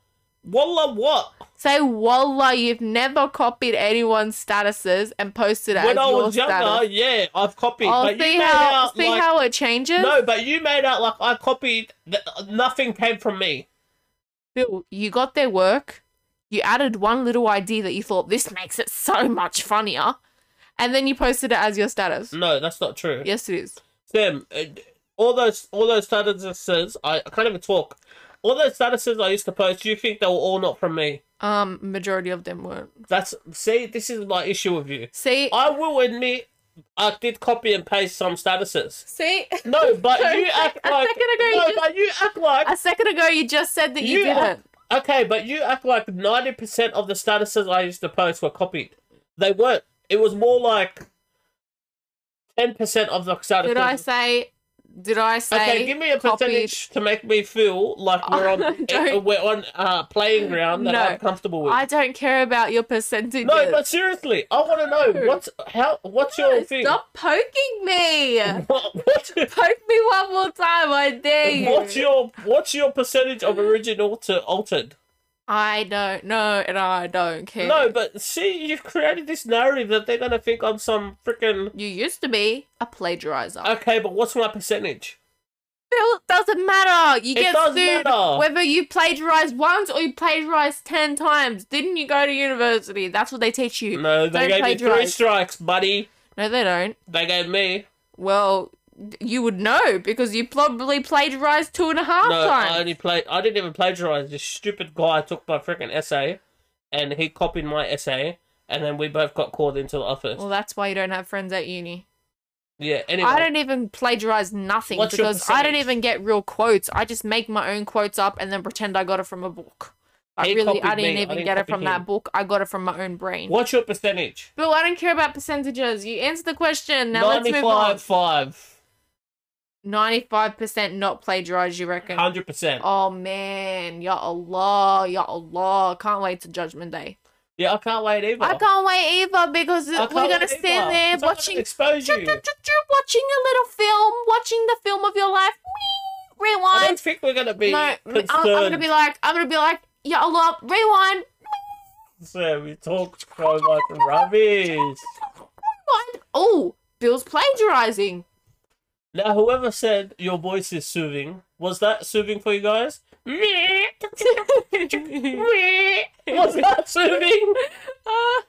Speaker 1: Wallah, what?
Speaker 2: Say Walla, you've never copied anyone's statuses and posted it
Speaker 1: when
Speaker 2: as
Speaker 1: I
Speaker 2: your
Speaker 1: was younger,
Speaker 2: status.
Speaker 1: yeah, I've copied.
Speaker 2: Oh,
Speaker 1: but you
Speaker 2: see
Speaker 1: made
Speaker 2: how
Speaker 1: out
Speaker 2: see
Speaker 1: like
Speaker 2: how it changes.
Speaker 1: no, but you made out like I copied. Th- nothing came from me.
Speaker 2: Bill, you got their work, you added one little idea that you thought this makes it so much funnier, and then you posted it as your status.
Speaker 1: No, that's not true.
Speaker 2: Yes, it is.
Speaker 1: Sam, uh, all those all those statuses, I, I can't even talk. All those statuses I used to post, you think they were all not from me?
Speaker 2: Um, majority of them weren't.
Speaker 1: That's see, this is my issue with you.
Speaker 2: See,
Speaker 1: I will admit, I did copy and paste some statuses.
Speaker 2: see,
Speaker 1: No, but
Speaker 2: Sorry,
Speaker 1: you act
Speaker 2: a
Speaker 1: like
Speaker 2: second ago you
Speaker 1: no,
Speaker 2: just-
Speaker 1: but you act like
Speaker 2: a second ago you just said that you,
Speaker 1: You
Speaker 2: didn't.
Speaker 1: act- okay, but you act like ninety percent of the statuses I used to post were copied. They weren't. It was more like ten percent of the statuses.
Speaker 2: Did I say? Did I say?
Speaker 1: Okay, give me a
Speaker 2: copied-
Speaker 1: percentage to make me feel like we're on
Speaker 2: Don't-
Speaker 1: uh, we're on uh, playing ground that
Speaker 2: No.
Speaker 1: I'm comfortable with.
Speaker 2: I don't care about your percentages.
Speaker 1: No, but seriously, I want to know
Speaker 2: No.
Speaker 1: what's how what's your thing?
Speaker 2: Stop poking me!
Speaker 1: What, what,
Speaker 2: Poke me one more time, I dare you.
Speaker 1: what's your what's your percentage of original to altered?
Speaker 2: I don't know, and I don't care.
Speaker 1: No, but see, you've created this narrative that they're gonna think I'm some freaking
Speaker 2: You used to be a plagiarizer.
Speaker 1: okay. But what's my percentage?
Speaker 2: Bill, it doesn't matter. You
Speaker 1: It
Speaker 2: get
Speaker 1: does
Speaker 2: sued
Speaker 1: matter.
Speaker 2: whether you plagiarized once or you plagiarized ten times. Didn't you go to university? That's what they teach you.
Speaker 1: No, they
Speaker 2: Don't
Speaker 1: gave me three
Speaker 2: plagiarise.
Speaker 1: strikes, buddy.
Speaker 2: No, they don't.
Speaker 1: They gave me
Speaker 2: Well, d- you would know because you probably plagiarized two and a half
Speaker 1: No, I
Speaker 2: times.
Speaker 1: only played. I didn't even plagiarize. This stupid guy took my freaking essay, and he copied my essay, and then we both got called into the office.
Speaker 2: Well, that's why you don't have friends at uni.
Speaker 1: yeah. Anyway,
Speaker 2: I don't even plagiarize nothing
Speaker 1: What's your
Speaker 2: because I don't
Speaker 1: percentage?
Speaker 2: even get real quotes. I just make my own quotes up and then pretend I got it from a book. But
Speaker 1: He
Speaker 2: really, I
Speaker 1: copied
Speaker 2: didn't
Speaker 1: me. I
Speaker 2: even
Speaker 1: didn't
Speaker 2: get it
Speaker 1: copy
Speaker 2: from
Speaker 1: him.
Speaker 2: that book. I got it from my own brain.
Speaker 1: What's your percentage?
Speaker 2: Bill, I don't care about percentages. You answer the question. Now let's move on.
Speaker 1: Ninety-five, five,
Speaker 2: 95% not plagiarized, you reckon?
Speaker 1: hundred percent.
Speaker 2: Oh man, ya Allah, ya Allah. Can't wait to Judgment Day.
Speaker 1: Yeah, I can't wait either.
Speaker 2: I can't wait either because
Speaker 1: I can't
Speaker 2: we're
Speaker 1: wait
Speaker 2: gonna
Speaker 1: either,
Speaker 2: stand there
Speaker 1: 'cause I'm gonna
Speaker 2: watching
Speaker 1: expose
Speaker 2: choo, choo,
Speaker 1: you.
Speaker 2: choo, choo, watching a little film, watching the film of your life.
Speaker 1: I
Speaker 2: Rewind.
Speaker 1: don't think we're gonna be
Speaker 2: No, I'm, I'm
Speaker 1: concerned.
Speaker 2: gonna be like, I'm gonna be like, ya Allah, rewind,
Speaker 1: So we talked so much rubbish.
Speaker 2: rewind. Oh, Bill's plagiarizing.
Speaker 1: Now, whoever said your voice is soothing, was that soothing for you guys? Was that soothing?
Speaker 2: I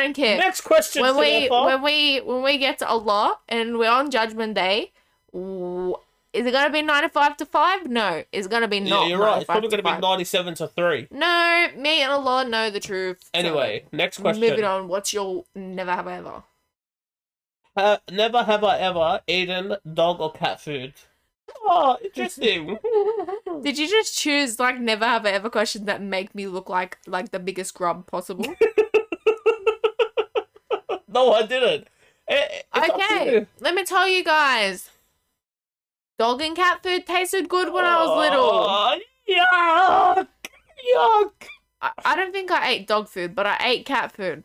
Speaker 2: don't care.
Speaker 1: Next question,
Speaker 2: when we
Speaker 1: Samantha.
Speaker 2: when we when we get to Allah and we're on Judgment Day, w- is it gonna be ninety five to five? No, it's gonna be
Speaker 1: yeah,
Speaker 2: not.
Speaker 1: you're right. It's
Speaker 2: 95
Speaker 1: probably going to
Speaker 2: to
Speaker 1: be 97 to 3.
Speaker 2: 5. No, me and Allah know the truth. so
Speaker 1: Anyway, next question.
Speaker 2: moving on. What's your never have I ever?
Speaker 1: Ha- never have I ever eaten dog or cat food. Oh, interesting.
Speaker 2: Did you just choose like never have I ever questions that make me look like like the biggest grub possible?
Speaker 1: no, I didn't. Eh, it's up to
Speaker 2: okay,
Speaker 1: you.
Speaker 2: let me tell you guys. Dog and cat food tasted good when I was little.
Speaker 1: Oh, Yuck. Yuck.
Speaker 2: I, I don't think I ate dog food, but I ate cat food.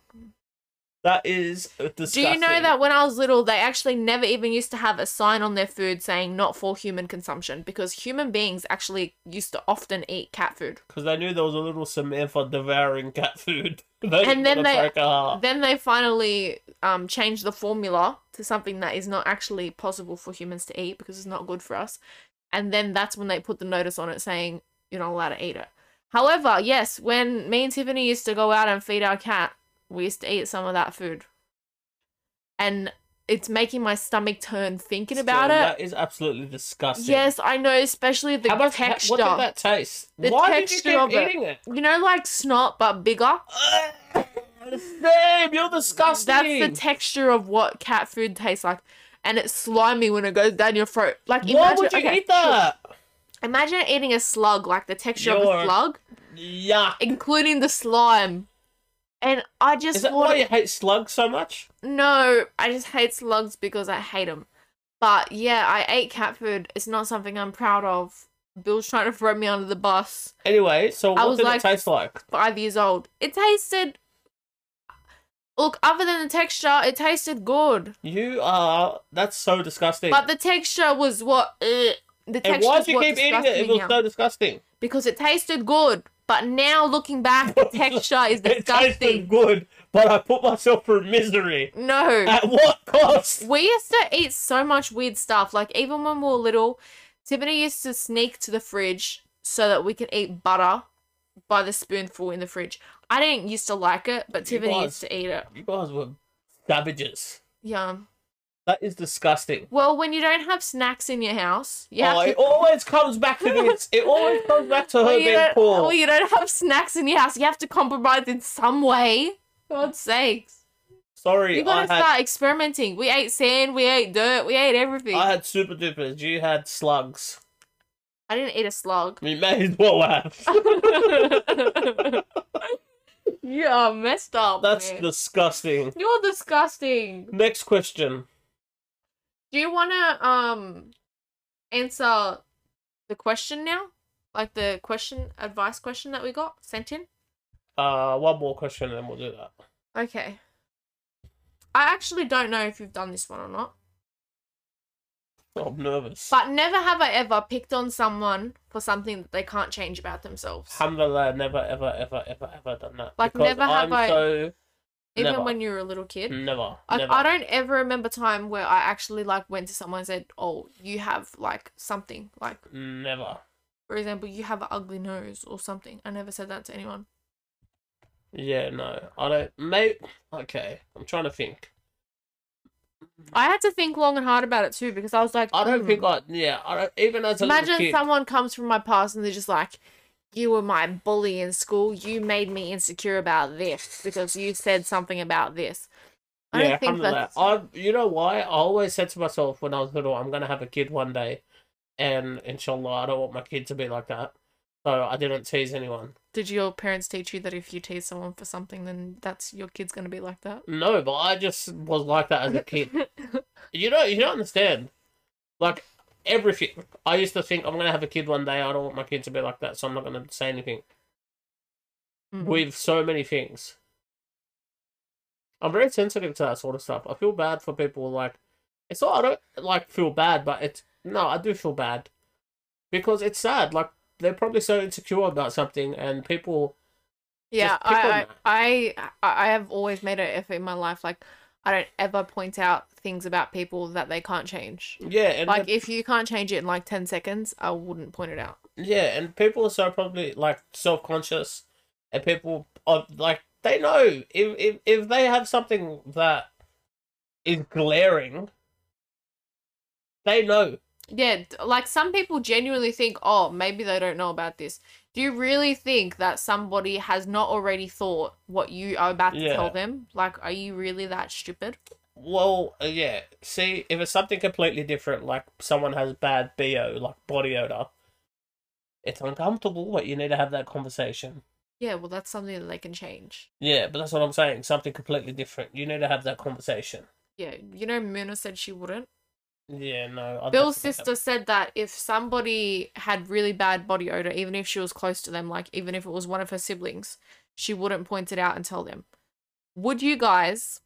Speaker 1: That is
Speaker 2: Do
Speaker 1: disgusting.
Speaker 2: you know that when I was little, they actually never even used to have a sign on their food saying not for human consumption because human beings actually used to often eat cat food.
Speaker 1: Because I knew there was a little Samantha devouring cat food. They didn't
Speaker 2: then
Speaker 1: wanna
Speaker 2: they-
Speaker 1: break her heart.
Speaker 2: Then they finally um, changed the formula to something that is not actually possible for humans to eat because it's not good for us. And then that's when they put the notice on it saying you're not allowed to eat it. However, yes, when me and Tiffany used to go out and feed our cat, we used to eat some of that food. And it's making my stomach turn thinking
Speaker 1: Still,
Speaker 2: about it.
Speaker 1: That is absolutely disgusting.
Speaker 2: Yes, I know, especially the
Speaker 1: How much, how-
Speaker 2: texture.
Speaker 1: What did that taste?
Speaker 2: The
Speaker 1: Why
Speaker 2: texture
Speaker 1: did you
Speaker 2: of
Speaker 1: keep
Speaker 2: it.
Speaker 1: eating it?
Speaker 2: you know, like snot but bigger.
Speaker 1: Damn, you're disgusting.
Speaker 2: That's the texture of what cat food tastes like, and it's slimy when it goes down your throat. Like,
Speaker 1: Why
Speaker 2: imagine,
Speaker 1: would you
Speaker 2: okay,
Speaker 1: eat that?
Speaker 2: Imagine eating a slug, like the texture of
Speaker 1: You're-
Speaker 2: a slug,
Speaker 1: Yeah.
Speaker 2: including the slime. And I just
Speaker 1: Is that
Speaker 2: want
Speaker 1: why you hate slugs so much?
Speaker 2: no, I just hate slugs because I hate them. But yeah, I ate cat food. It's not something I'm proud of. Bill's trying to throw me under the bus.
Speaker 1: Anyway, so
Speaker 2: I
Speaker 1: what
Speaker 2: was
Speaker 1: did
Speaker 2: like-
Speaker 1: it taste like?
Speaker 2: Five years old. It tasted. Look, other than the texture, it tasted good.
Speaker 1: You are. That's so disgusting.
Speaker 2: But the texture was what. eh, the texture
Speaker 1: and why
Speaker 2: was
Speaker 1: did you
Speaker 2: what
Speaker 1: keep eating it?
Speaker 2: disgusted
Speaker 1: It
Speaker 2: me
Speaker 1: was
Speaker 2: now.
Speaker 1: so disgusting.
Speaker 2: because it tasted good. But now looking back, the texture is
Speaker 1: It tasted
Speaker 2: disgusting.
Speaker 1: good, but I put myself through misery.
Speaker 2: No.
Speaker 1: At what cost?
Speaker 2: We used to eat so much weird stuff. Like even when we were little, Tiffany used to sneak to the fridge so that we could eat butter by the spoonful in the fridge. I didn't used to like it, but
Speaker 1: You
Speaker 2: Tiffany
Speaker 1: guys-
Speaker 2: used to eat it.
Speaker 1: You guys were savages.
Speaker 2: Yeah.
Speaker 1: That is disgusting.
Speaker 2: Well, when you don't have snacks in your house, you have
Speaker 1: Oh,
Speaker 2: to-
Speaker 1: it always comes back to this. It always comes back to her
Speaker 2: Well, you
Speaker 1: being
Speaker 2: don't-
Speaker 1: poor.
Speaker 2: well, you don't have snacks in your house. You have to compromise in some way. God's sakes.
Speaker 1: Sorry,
Speaker 2: You
Speaker 1: I
Speaker 2: gotta
Speaker 1: had
Speaker 2: start experimenting. We ate sand, we ate dirt, we ate everything.
Speaker 1: I
Speaker 2: I,
Speaker 1: had super dupers. You had slugs.
Speaker 2: didn't eat a slug.
Speaker 1: We may as well have.
Speaker 2: you are messed up.
Speaker 1: That's
Speaker 2: man.
Speaker 1: disgusting.
Speaker 2: You're disgusting.
Speaker 1: Next question.
Speaker 2: Do you wanna um answer the question now? Like the question advice question that we got sent in?
Speaker 1: Uh, one more question and then we'll do that.
Speaker 2: Okay. I actually don't know if you've done this one or not.
Speaker 1: I'm nervous.
Speaker 2: But never have I ever picked on someone for something that they can't change about themselves.
Speaker 1: Alhamdulillah, never, ever, ever, ever, ever done that.
Speaker 2: Like,
Speaker 1: because
Speaker 2: never
Speaker 1: I'm
Speaker 2: have I-
Speaker 1: so
Speaker 2: Even
Speaker 1: never.
Speaker 2: when you were a little kid.
Speaker 1: never,
Speaker 2: Like
Speaker 1: never.
Speaker 2: I don't ever remember time where I actually like went to someone and said, "Oh, you have like something like,
Speaker 1: Never.
Speaker 2: for example, you have an ugly nose or something." I never said that to anyone.
Speaker 1: Yeah, no. I don't. May. Okay, I'm trying to think.
Speaker 2: I had to think long and hard about it too because I was like,
Speaker 1: Hmm. I don't
Speaker 2: "Hmm."
Speaker 1: think I. Yeah, I don't. Even as a little
Speaker 2: Imagine
Speaker 1: kid,
Speaker 2: someone comes from my past and they're just like, "You were my bully in school. You made me insecure about this because you said something about this." I
Speaker 1: yeah,
Speaker 2: don't think
Speaker 1: alhamdulillah.
Speaker 2: that's
Speaker 1: I, you know why? I always said to myself when I was little, I'm gonna have a kid one day, and inshallah, I don't want my kid to be like that. So I didn't tease anyone.
Speaker 2: Did your parents teach you that if you tease someone for something, then that's your kid's gonna be like that?
Speaker 1: No, but I just was like that as a kid. you don't, you don't understand. Like everything, I used to think I'm gonna have a kid one day. I don't want my kid to be like that, so I'm not gonna say anything.
Speaker 2: Mhm.
Speaker 1: with so many things. I'm very sensitive to that sort of stuff. I feel bad for people like it's not I don't like feel bad, but it's no, I do feel bad. Because it's sad. Like they're probably so insecure about something and people
Speaker 2: Yeah,
Speaker 1: Just pick on
Speaker 2: I,
Speaker 1: that.
Speaker 2: I I I have always made an effort in my life. Like, I don't ever point out things about people that they can't change.
Speaker 1: Yeah, and
Speaker 2: Like, if you can't change it in like ten seconds, I wouldn't point it out.
Speaker 1: yeah, and people are so probably like self conscious and people are like they know if, if if they have something that is glaring they know.
Speaker 2: Yeah, d- like some people genuinely think, oh, maybe they don't know about this. Do you really think that somebody has not already thought what you are about to
Speaker 1: Yeah.
Speaker 2: tell them? Like, are you really that stupid?
Speaker 1: Well, uh, yeah. See, if it's something completely different, like someone has bad bo, like body odor, it's uncomfortable, but you need to have that conversation.
Speaker 2: Yeah, well, that's something that they can change.
Speaker 1: Yeah, but that's what I'm saying. Something completely different. You need to have that conversation.
Speaker 2: Yeah, you know, Myrna said she wouldn't.
Speaker 1: Yeah, no. I
Speaker 2: Bill's
Speaker 1: Oh, definitely-
Speaker 2: sister said that if somebody had really bad body odor, even if she was close to them, like even if it was one of her siblings, she wouldn't point it out and tell them. Would you guys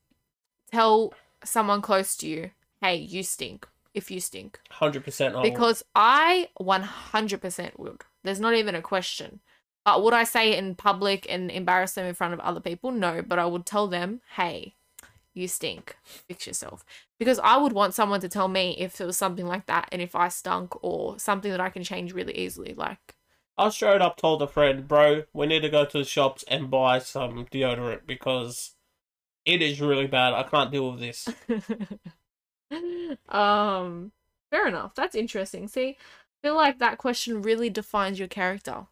Speaker 2: tell someone close to you, hey, you stink, if you stink?
Speaker 1: 100% on.
Speaker 2: Because I 100% would. There's not even a question. But would I say it in public and embarrass them in front of other people? No, but I would tell them, hey, you stink. Fix yourself. Because I would want someone to tell me if it was something like that and if I stunk or something that I can change really easily. Like,
Speaker 1: I straight up told a friend, bro, we need to go to the shops and buy some deodorant because it is really bad. I can't deal with this.
Speaker 2: um, fair enough. That's interesting. See, I feel like that question really defines your character.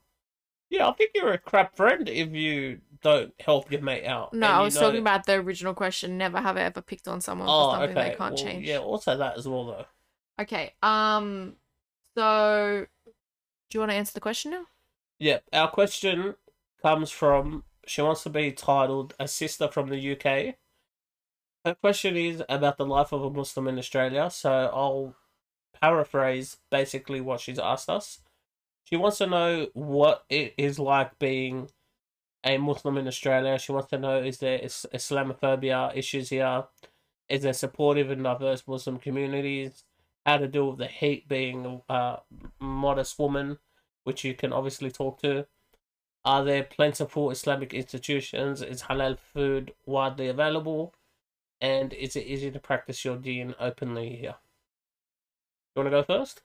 Speaker 1: Yeah, I think you're a crap friend if you don't help your mate out.
Speaker 2: No,
Speaker 1: and
Speaker 2: I
Speaker 1: you
Speaker 2: was
Speaker 1: know
Speaker 2: talking
Speaker 1: that-
Speaker 2: about the original question. Never have I ever picked on someone
Speaker 1: Oh,
Speaker 2: for something
Speaker 1: okay.
Speaker 2: they can't
Speaker 1: well,
Speaker 2: change.
Speaker 1: Yeah, also that as well though.
Speaker 2: Okay. Um. So, do you want to answer the question now?
Speaker 1: Yep. Our question comes from she wants to be titled A Sister from the UK. Her question is about the life of a Muslim in Australia, so I'll paraphrase basically what she's asked us. She wants to know what it is like being a Muslim in Australia. She wants to know is there is Islamophobia issues here? Is there supportive and diverse Muslim communities? How to deal with the heat being a uh, modest woman? which you can obviously talk to. Are there plentiful Islamic institutions? Is halal food widely available? And is it easy to practice your deen openly here? You want to go first?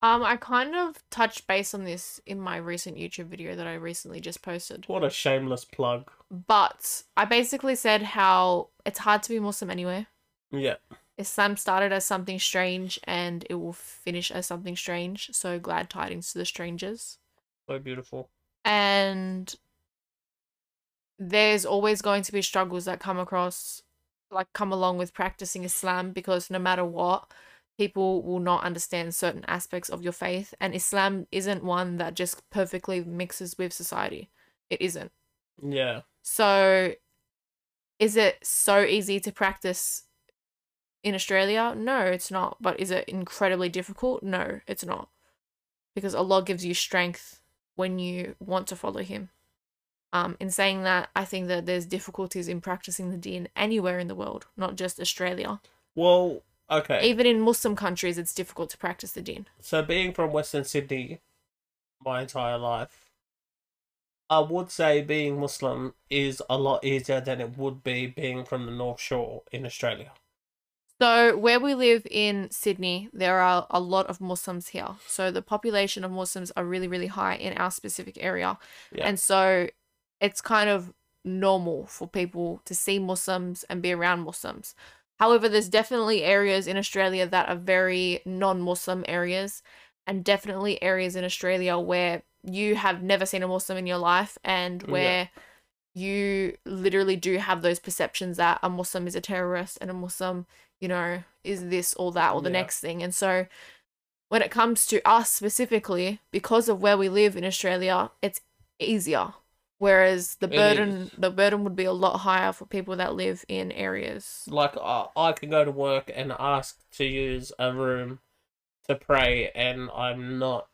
Speaker 2: Um, I kind of touched base on this in my recent YouTube video that I recently just posted.
Speaker 1: What a shameless plug.
Speaker 2: But I basically said how it's hard to be Muslim anywhere.
Speaker 1: Yeah.
Speaker 2: Islam started as something strange and it will finish as something strange. So glad tidings to the strangers.
Speaker 1: So beautiful.
Speaker 2: And there's always going to be struggles that come across, like come along with practicing Islam because no matter what, people will not understand certain aspects of your faith. And Islam isn't one that just perfectly mixes with society, it isn't.
Speaker 1: Yeah.
Speaker 2: So, is it so easy to practice in Australia? No, it's not. But is it incredibly difficult? No, it's not. Because Allah gives you strength when you want to follow Him. Um, in saying that, I think that there's difficulties in practicing the deen anywhere in the world, not just Australia.
Speaker 1: Well, okay.
Speaker 2: Even in Muslim countries, it's difficult to practice the deen.
Speaker 1: So being from Western Sydney my entire life, I would say being Muslim is a lot easier than it would be being from the North Shore in Australia.
Speaker 2: So, where we live in Sydney, there are a lot of Muslims here. So, the population of Muslims are really, really high in our specific area.
Speaker 1: Yeah.
Speaker 2: And so, it's kind of normal for people to see Muslims and be around Muslims. However, there's definitely areas in Australia that are very non Muslim areas, and definitely areas in Australia where you have never seen a Muslim in your life and
Speaker 1: Yeah.
Speaker 2: where you literally do have those perceptions that a Muslim is a terrorist and a Muslim, you know, is this or that or the
Speaker 1: Yeah.
Speaker 2: next thing. And so when it comes to us specifically, because of where we live in Australia, it's easier. Whereas the
Speaker 1: It
Speaker 2: burden
Speaker 1: is.
Speaker 2: the burden would be a lot higher for people that live in areas.
Speaker 1: like I, I can go to work and ask to use a room to pray and i'm not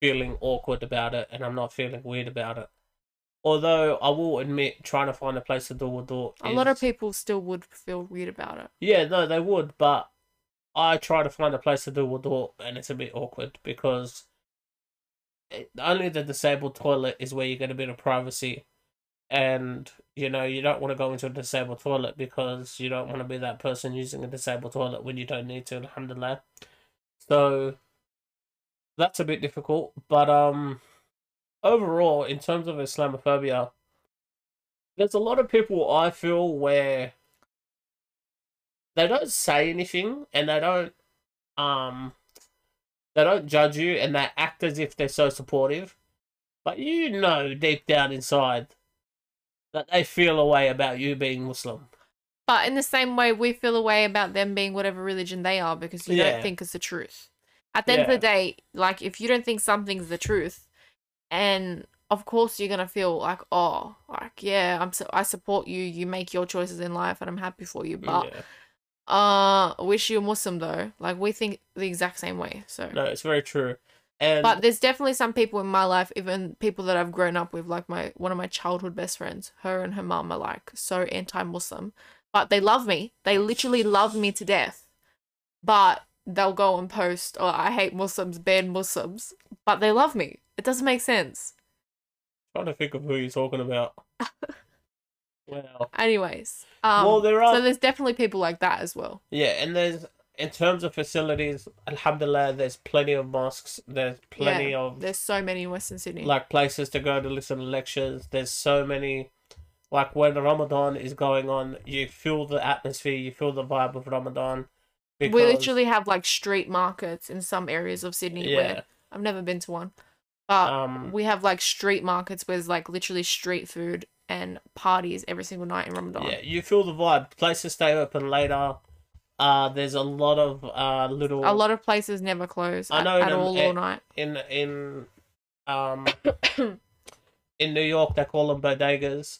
Speaker 1: feeling awkward about it and i'm not feeling weird about it although i will admit trying to find a place to do wudu
Speaker 2: A lot of
Speaker 1: is-
Speaker 2: people still would feel weird about it.
Speaker 1: yeah no they would but i try to find a place to do wudu and it's a bit awkward because it, only the disabled toilet is where you get a bit of privacy and you know you don't want to go into a disabled toilet because you don't want to be that person using a disabled toilet when you don't need to alhamdulillah so that's a bit difficult but um overall in terms of islamophobia there's a lot of people i feel where they don't say anything and they don't um they don't judge you and they act as if they're so supportive but you know deep down inside that they feel a way about you being Muslim.
Speaker 2: But in the same way, we feel a way about them being whatever religion they are because you
Speaker 1: Yeah.
Speaker 2: don't think it's the truth. At the end of the day, like if you don't think something's the truth, and of course you're gonna feel like, oh, like yeah, I'm so I support you. You make your choices in life, and I'm happy for you. But
Speaker 1: yeah.
Speaker 2: uh, wish you're Muslim though. Like we think the exact same way. So,
Speaker 1: No, it's very true. And
Speaker 2: but there's definitely some people in my life, even people that I've grown up with, like my one of my childhood best friends. Her and her mum are like so anti-Muslim, but they love me. They literally love me to death. But they'll go and post, "Oh, I hate Muslims, ban Muslims," but they love me. It doesn't make sense.
Speaker 1: trying to think of who you're talking about. wow.
Speaker 2: Anyways, um,
Speaker 1: well, there are
Speaker 2: so there's definitely people like that as well.
Speaker 1: Yeah, and there's in terms of facilities, alhamdulillah, there's plenty of mosques, there's plenty
Speaker 2: Yeah,
Speaker 1: of
Speaker 2: There's so many in Western Sydney.
Speaker 1: like places to go to listen to lectures. There's so many like when Ramadan is going on, you feel the atmosphere, you feel the vibe of Ramadan.
Speaker 2: We literally have like street markets in some areas of Sydney
Speaker 1: yeah,
Speaker 2: where I've never been to one. But
Speaker 1: um,
Speaker 2: we have like street markets where there's like literally street food and parties every single night in Ramadan.
Speaker 1: yeah, you feel the vibe. Places stay open later. Uh, there's a lot of uh little.
Speaker 2: A lot of places never close
Speaker 1: I
Speaker 2: at,
Speaker 1: know
Speaker 2: at
Speaker 1: them,
Speaker 2: all
Speaker 1: eh,
Speaker 2: all night.
Speaker 1: in in um in New York they call them bodegas,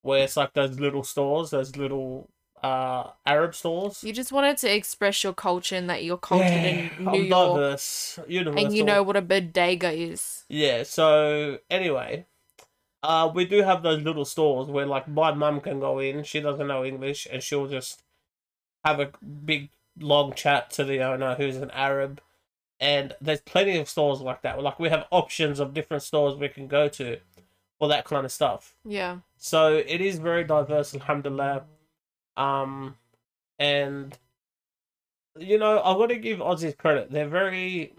Speaker 1: where it's like those little stores, those little uh Arab stores.
Speaker 2: You just wanted to express your culture and that you're cultured in New
Speaker 1: I'm
Speaker 2: York
Speaker 1: diverse, universal.
Speaker 2: and you know what a bodega is.
Speaker 1: Yeah. So anyway, uh, we do have those little stores where like my mum can go in. She doesn't know English, and she'll just have a big long chat to the owner who's an Arab. And there's plenty of stores like that. Like we have options of different stores we can go to for that kind of stuff.
Speaker 2: Yeah.
Speaker 1: So it is very diverse, alhamdulillah. Um, and you know, I want to give Aussies credit. They're very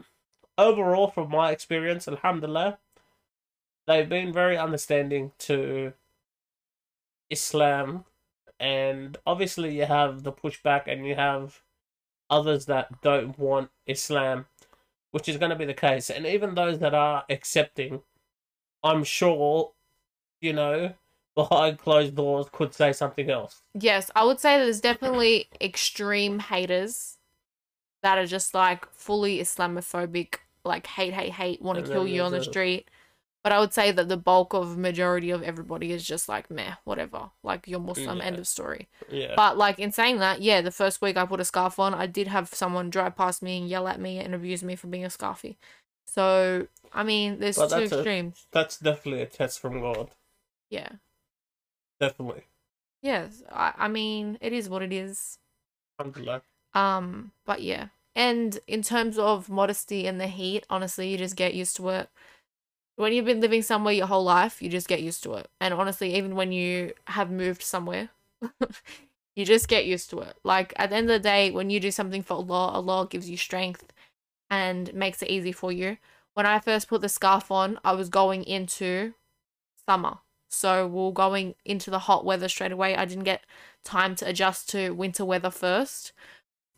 Speaker 1: overall, from my experience, alhamdulillah, they've been very understanding to Islam, and obviously you have the pushback, and you have others that don't want Islam, which is going to be the case. And even those that are accepting, I'm sure, you know, behind closed doors could say something else.
Speaker 2: Yes, I would say there's definitely extreme haters that are just like fully Islamophobic, like hate, hate, hate, want
Speaker 1: And
Speaker 2: to
Speaker 1: then
Speaker 2: kill you on the
Speaker 1: there's the-
Speaker 2: street. But I would say that the bulk of majority of everybody is just like meh, whatever. Like you're Muslim,
Speaker 1: Mm, Yeah.
Speaker 2: end of story.
Speaker 1: Yeah.
Speaker 2: But like in saying that, yeah, the first week I put a scarf on, I did have someone drive past me and yell at me and abuse me for being a scarfie. So I mean, there's
Speaker 1: Well,
Speaker 2: two
Speaker 1: that's a-
Speaker 2: extremes.
Speaker 1: That's definitely a test from God.
Speaker 2: Yeah.
Speaker 1: Definitely.
Speaker 2: Yes. I, I mean, it is what it is.
Speaker 1: Alhamdulillah.
Speaker 2: Um, but yeah. And in terms of modesty and the heat, honestly, you just get used to it. When you've been living somewhere your whole life, you just get used to it. And honestly, even when you have moved somewhere, you just get used to it. Like at the end of the day, when you do something for Allah, Allah gives you strength and makes it easy for you. When I first put the scarf on, I was going into summer. So we we're going into the hot weather straight away. I didn't get time to adjust to winter weather first.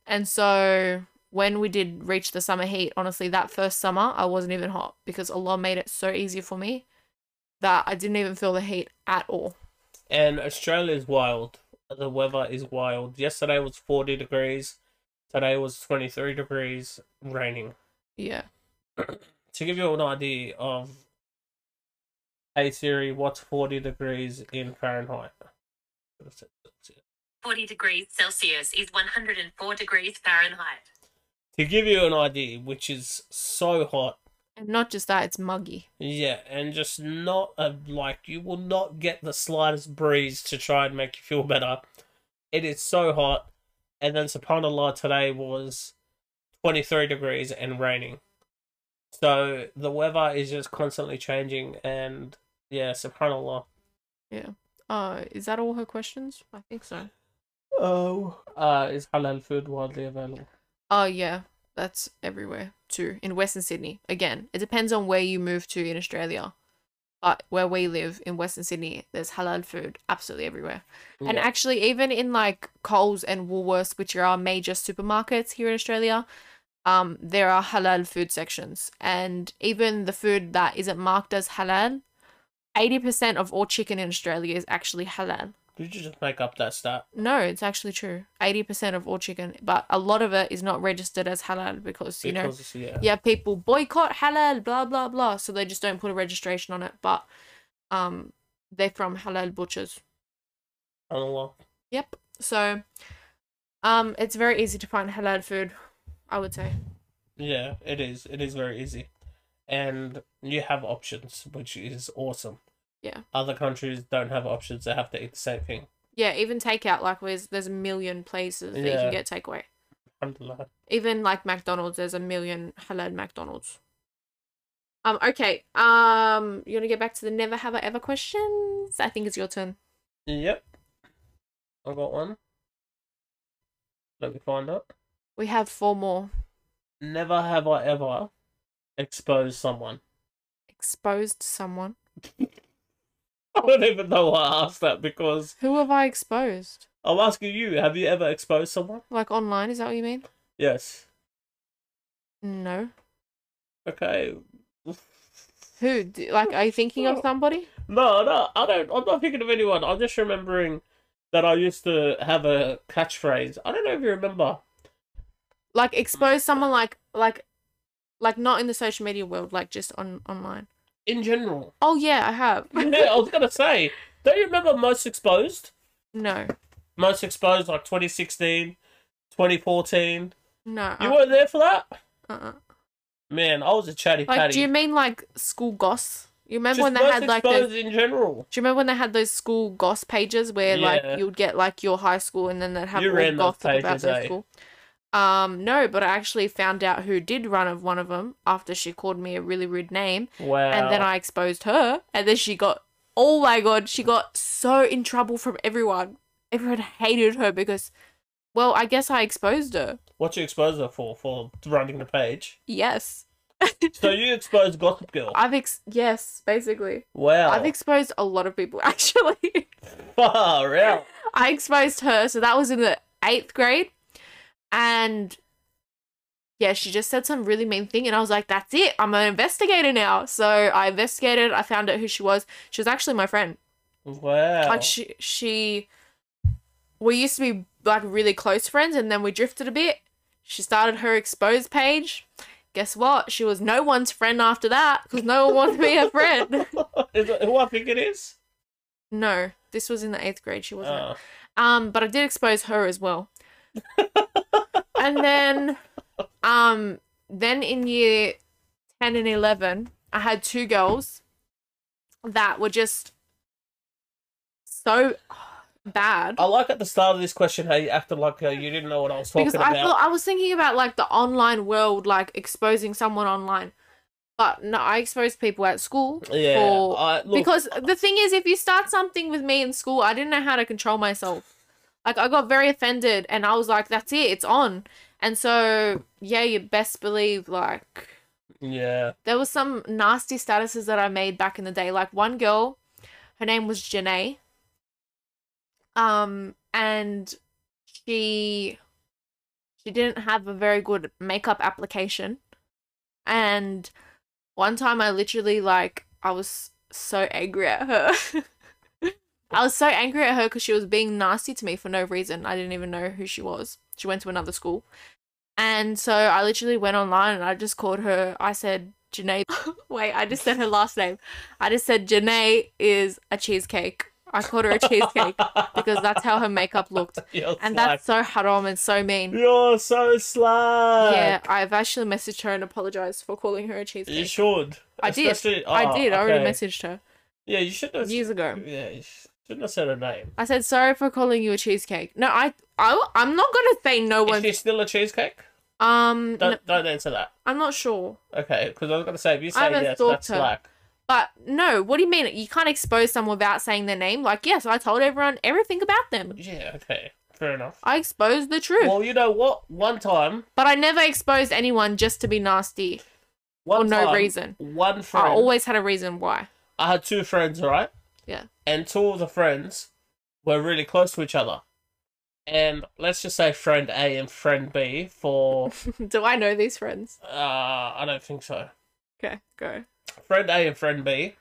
Speaker 2: And so when we did reach the summer heat, honestly, that first summer, I wasn't even hot because Allah made it so easy for me that I didn't even feel the heat at all.
Speaker 1: And Australia is wild. The weather is wild. Yesterday was 40 degrees. Today was 23 degrees, raining.
Speaker 2: Yeah.
Speaker 1: To give you an idea of, hey Siri, what's 40 degrees in Fahrenheit?
Speaker 3: 40 degrees Celsius is 104 degrees Fahrenheit.
Speaker 1: To give you an idea, which is so hot.
Speaker 2: And not just that, it's muggy.
Speaker 1: Yeah, and just not a, like you will not get the slightest breeze to try and make you feel better. It is so hot, and then subhanallah today was twenty three degrees and raining. So the weather is just constantly changing, and yeah, subhanallah.
Speaker 2: Uh, is that all her questions? I think so.
Speaker 1: Oh, uh, is halal food widely available?
Speaker 2: Oh, yeah. That's everywhere too. In Western Sydney. Again, it depends on where you move to in Australia. But where we live in Western Sydney, there's halal food absolutely everywhere. And
Speaker 1: Yeah.
Speaker 2: actually, even in like Coles and Woolworths, which are our major supermarkets here in Australia, um, there are halal food sections. And even the food that isn't marked as halal, 80% of all chicken in Australia is actually halal.
Speaker 1: Did you just make up that stat?
Speaker 2: No, it's actually true. 80% of all chicken, but a lot of it is not registered as halal because, you know,
Speaker 1: Because yeah,
Speaker 2: yeah, people boycott halal, blah blah blah. So they just don't put a registration on it, but um, they're from halal butchers.
Speaker 1: subhanallah.
Speaker 2: Yep. So, um, it's very easy to find halal food, I would say.
Speaker 1: Yeah, it is. It is very easy. And you have options, which is awesome.
Speaker 2: Yeah.
Speaker 1: Other countries don't have options. They have to eat the same thing.
Speaker 2: Yeah, even takeout, like there's there's a million places that you
Speaker 1: Yeah.
Speaker 2: can get takeaway.
Speaker 1: Alhamdulillah.
Speaker 2: Even like McDonald's, there's a million halal McDonald's. Um, okay. Um, you wanna get back to the never have I ever questions? I think it's your turn.
Speaker 1: Yep. I got one. Let me find it.
Speaker 2: We have four more.
Speaker 1: Never have I ever exposed someone.
Speaker 2: Exposed someone.
Speaker 1: I don't even know why I asked that because
Speaker 2: Who have I exposed?
Speaker 1: I'm asking you, have you ever exposed someone?
Speaker 2: Like online? Is that what you mean?
Speaker 1: Yes.
Speaker 2: No.
Speaker 1: Okay.
Speaker 2: Who? D like, are you thinking of somebody?
Speaker 1: No, no, I don't. I'm not thinking of anyone. I'm just remembering that I used to have a catchphrase. I don't know if you remember.
Speaker 2: Like, expose someone like like like not in the social media world, like just on online.
Speaker 1: In general.
Speaker 2: Oh yeah, I have.
Speaker 1: Yeah, I was gonna say. Don't you remember most exposed?
Speaker 2: no,
Speaker 1: Most exposed like 2016, 2014.
Speaker 2: no.
Speaker 1: You weren't there for that?
Speaker 2: uh, uh-uh.
Speaker 1: Man, I was a chatty
Speaker 2: Like,
Speaker 1: patty.
Speaker 2: do you mean like school goss? You remember
Speaker 1: Just
Speaker 2: when they
Speaker 1: most
Speaker 2: had like
Speaker 1: exposed
Speaker 2: those?
Speaker 1: in general.
Speaker 2: Do you remember when they had those school goss pages where
Speaker 1: Yeah.
Speaker 2: like you would get like your high school and then they'd have
Speaker 1: You
Speaker 2: all
Speaker 1: ran those
Speaker 2: gossip about
Speaker 1: pages,
Speaker 2: their
Speaker 1: eh?
Speaker 2: school? Um, no, but I actually found out who did run of one of them after she called me a really rude name,
Speaker 1: Wow.
Speaker 2: and then I exposed her, and then she got oh my god, she got so in trouble from everyone. Everyone hated her because, well, I guess I exposed her.
Speaker 1: What you expose her for? For running the page.
Speaker 2: Yes,
Speaker 1: So you exposed Gossip Girl.
Speaker 2: I've ex yes, basically,
Speaker 1: wow.
Speaker 2: I've exposed a lot of people actually.
Speaker 1: Far out.
Speaker 2: I exposed her, so that was in the eighth grade. And yeah, she just said some really mean thing, and I was like, that's it, I'm an investigator now. So I investigated, I found out who she was. She was actually my friend.
Speaker 1: Wow.
Speaker 2: Like she she we used to be like really close friends and then we drifted a bit. She started her exposed page. Guess what? She was no one's friend after that because no one wanted to be her friend.
Speaker 1: Is it who I think it is?
Speaker 2: No, this was in the eighth grade. She wasn't.
Speaker 1: Uh,
Speaker 2: Um, but I did expose her as well. and then, um, then in year ten and eleven, I had two girls that were just so bad
Speaker 1: I like at the start of this question how you acted like uh, you didn't know what I was talking
Speaker 2: because
Speaker 1: about.
Speaker 2: I thought I was thinking about like the online world, like exposing someone online. But no, I exposed people at school
Speaker 1: yeah.
Speaker 2: for
Speaker 1: I, look, uh,
Speaker 2: because the thing is, if you start something with me in school, I didn't know how to control myself. Like I got very offended, and I was like, "That's it, it's on." And so, yeah, you best believe like
Speaker 1: yeah.
Speaker 2: there was some nasty statuses that I made back in the day. Like one girl, her name was Janae. Um, and she she didn't have a very good makeup application. And one time I literally like I was so angry at her. I was so angry at her because she was being nasty to me for no reason. I didn't even know who she was. She went to another school. And so I literally went online and I just called her. I said, Janae, wait, I just said her last name. I just said, Janae is a cheesecake. I called her a cheesecake because that's how her makeup looked.
Speaker 1: You're slack.
Speaker 2: And that's so haram and so mean.
Speaker 1: You're so slack.
Speaker 2: Yeah, I've actually messaged her and apologized for calling her a
Speaker 1: You
Speaker 2: cheesecake.
Speaker 1: should.
Speaker 2: I did.
Speaker 1: Especially-
Speaker 2: I
Speaker 1: oh,
Speaker 2: did. I already
Speaker 1: okay.
Speaker 2: messaged her
Speaker 1: Yeah, you should have.
Speaker 2: years ago.
Speaker 1: Yeah, you shouldn't have said her name.
Speaker 2: I said, sorry for calling you a cheesecake. No, I, I I'm not going to say no
Speaker 1: Is
Speaker 2: one.
Speaker 1: she still a cheesecake?
Speaker 2: Um,
Speaker 1: Don't
Speaker 2: no,
Speaker 1: don't answer that.
Speaker 2: I'm not sure.
Speaker 1: Okay, because I was gonna say if you say
Speaker 2: haven't
Speaker 1: yes,
Speaker 2: stalked
Speaker 1: that's
Speaker 2: her.
Speaker 1: slack.
Speaker 2: But no, what do you mean? You can't expose someone without saying their name. Like, yes, I told everyone everything about them.
Speaker 1: Yeah, okay, fair enough.
Speaker 2: I exposed the truth.
Speaker 1: Well, you know what? One time,
Speaker 2: but I never exposed anyone just to be nasty.
Speaker 1: one
Speaker 2: For no
Speaker 1: time,
Speaker 2: reason.
Speaker 1: One
Speaker 2: I
Speaker 1: friend.
Speaker 2: always had a reason why.
Speaker 1: I had two friends, right?
Speaker 2: Yeah.
Speaker 1: And two of the friends were really close to each other. And let's just say friend A and friend B for
Speaker 2: do I know these friends?
Speaker 1: uh I don't think so.
Speaker 2: Okay, go.
Speaker 1: friend A and friend B,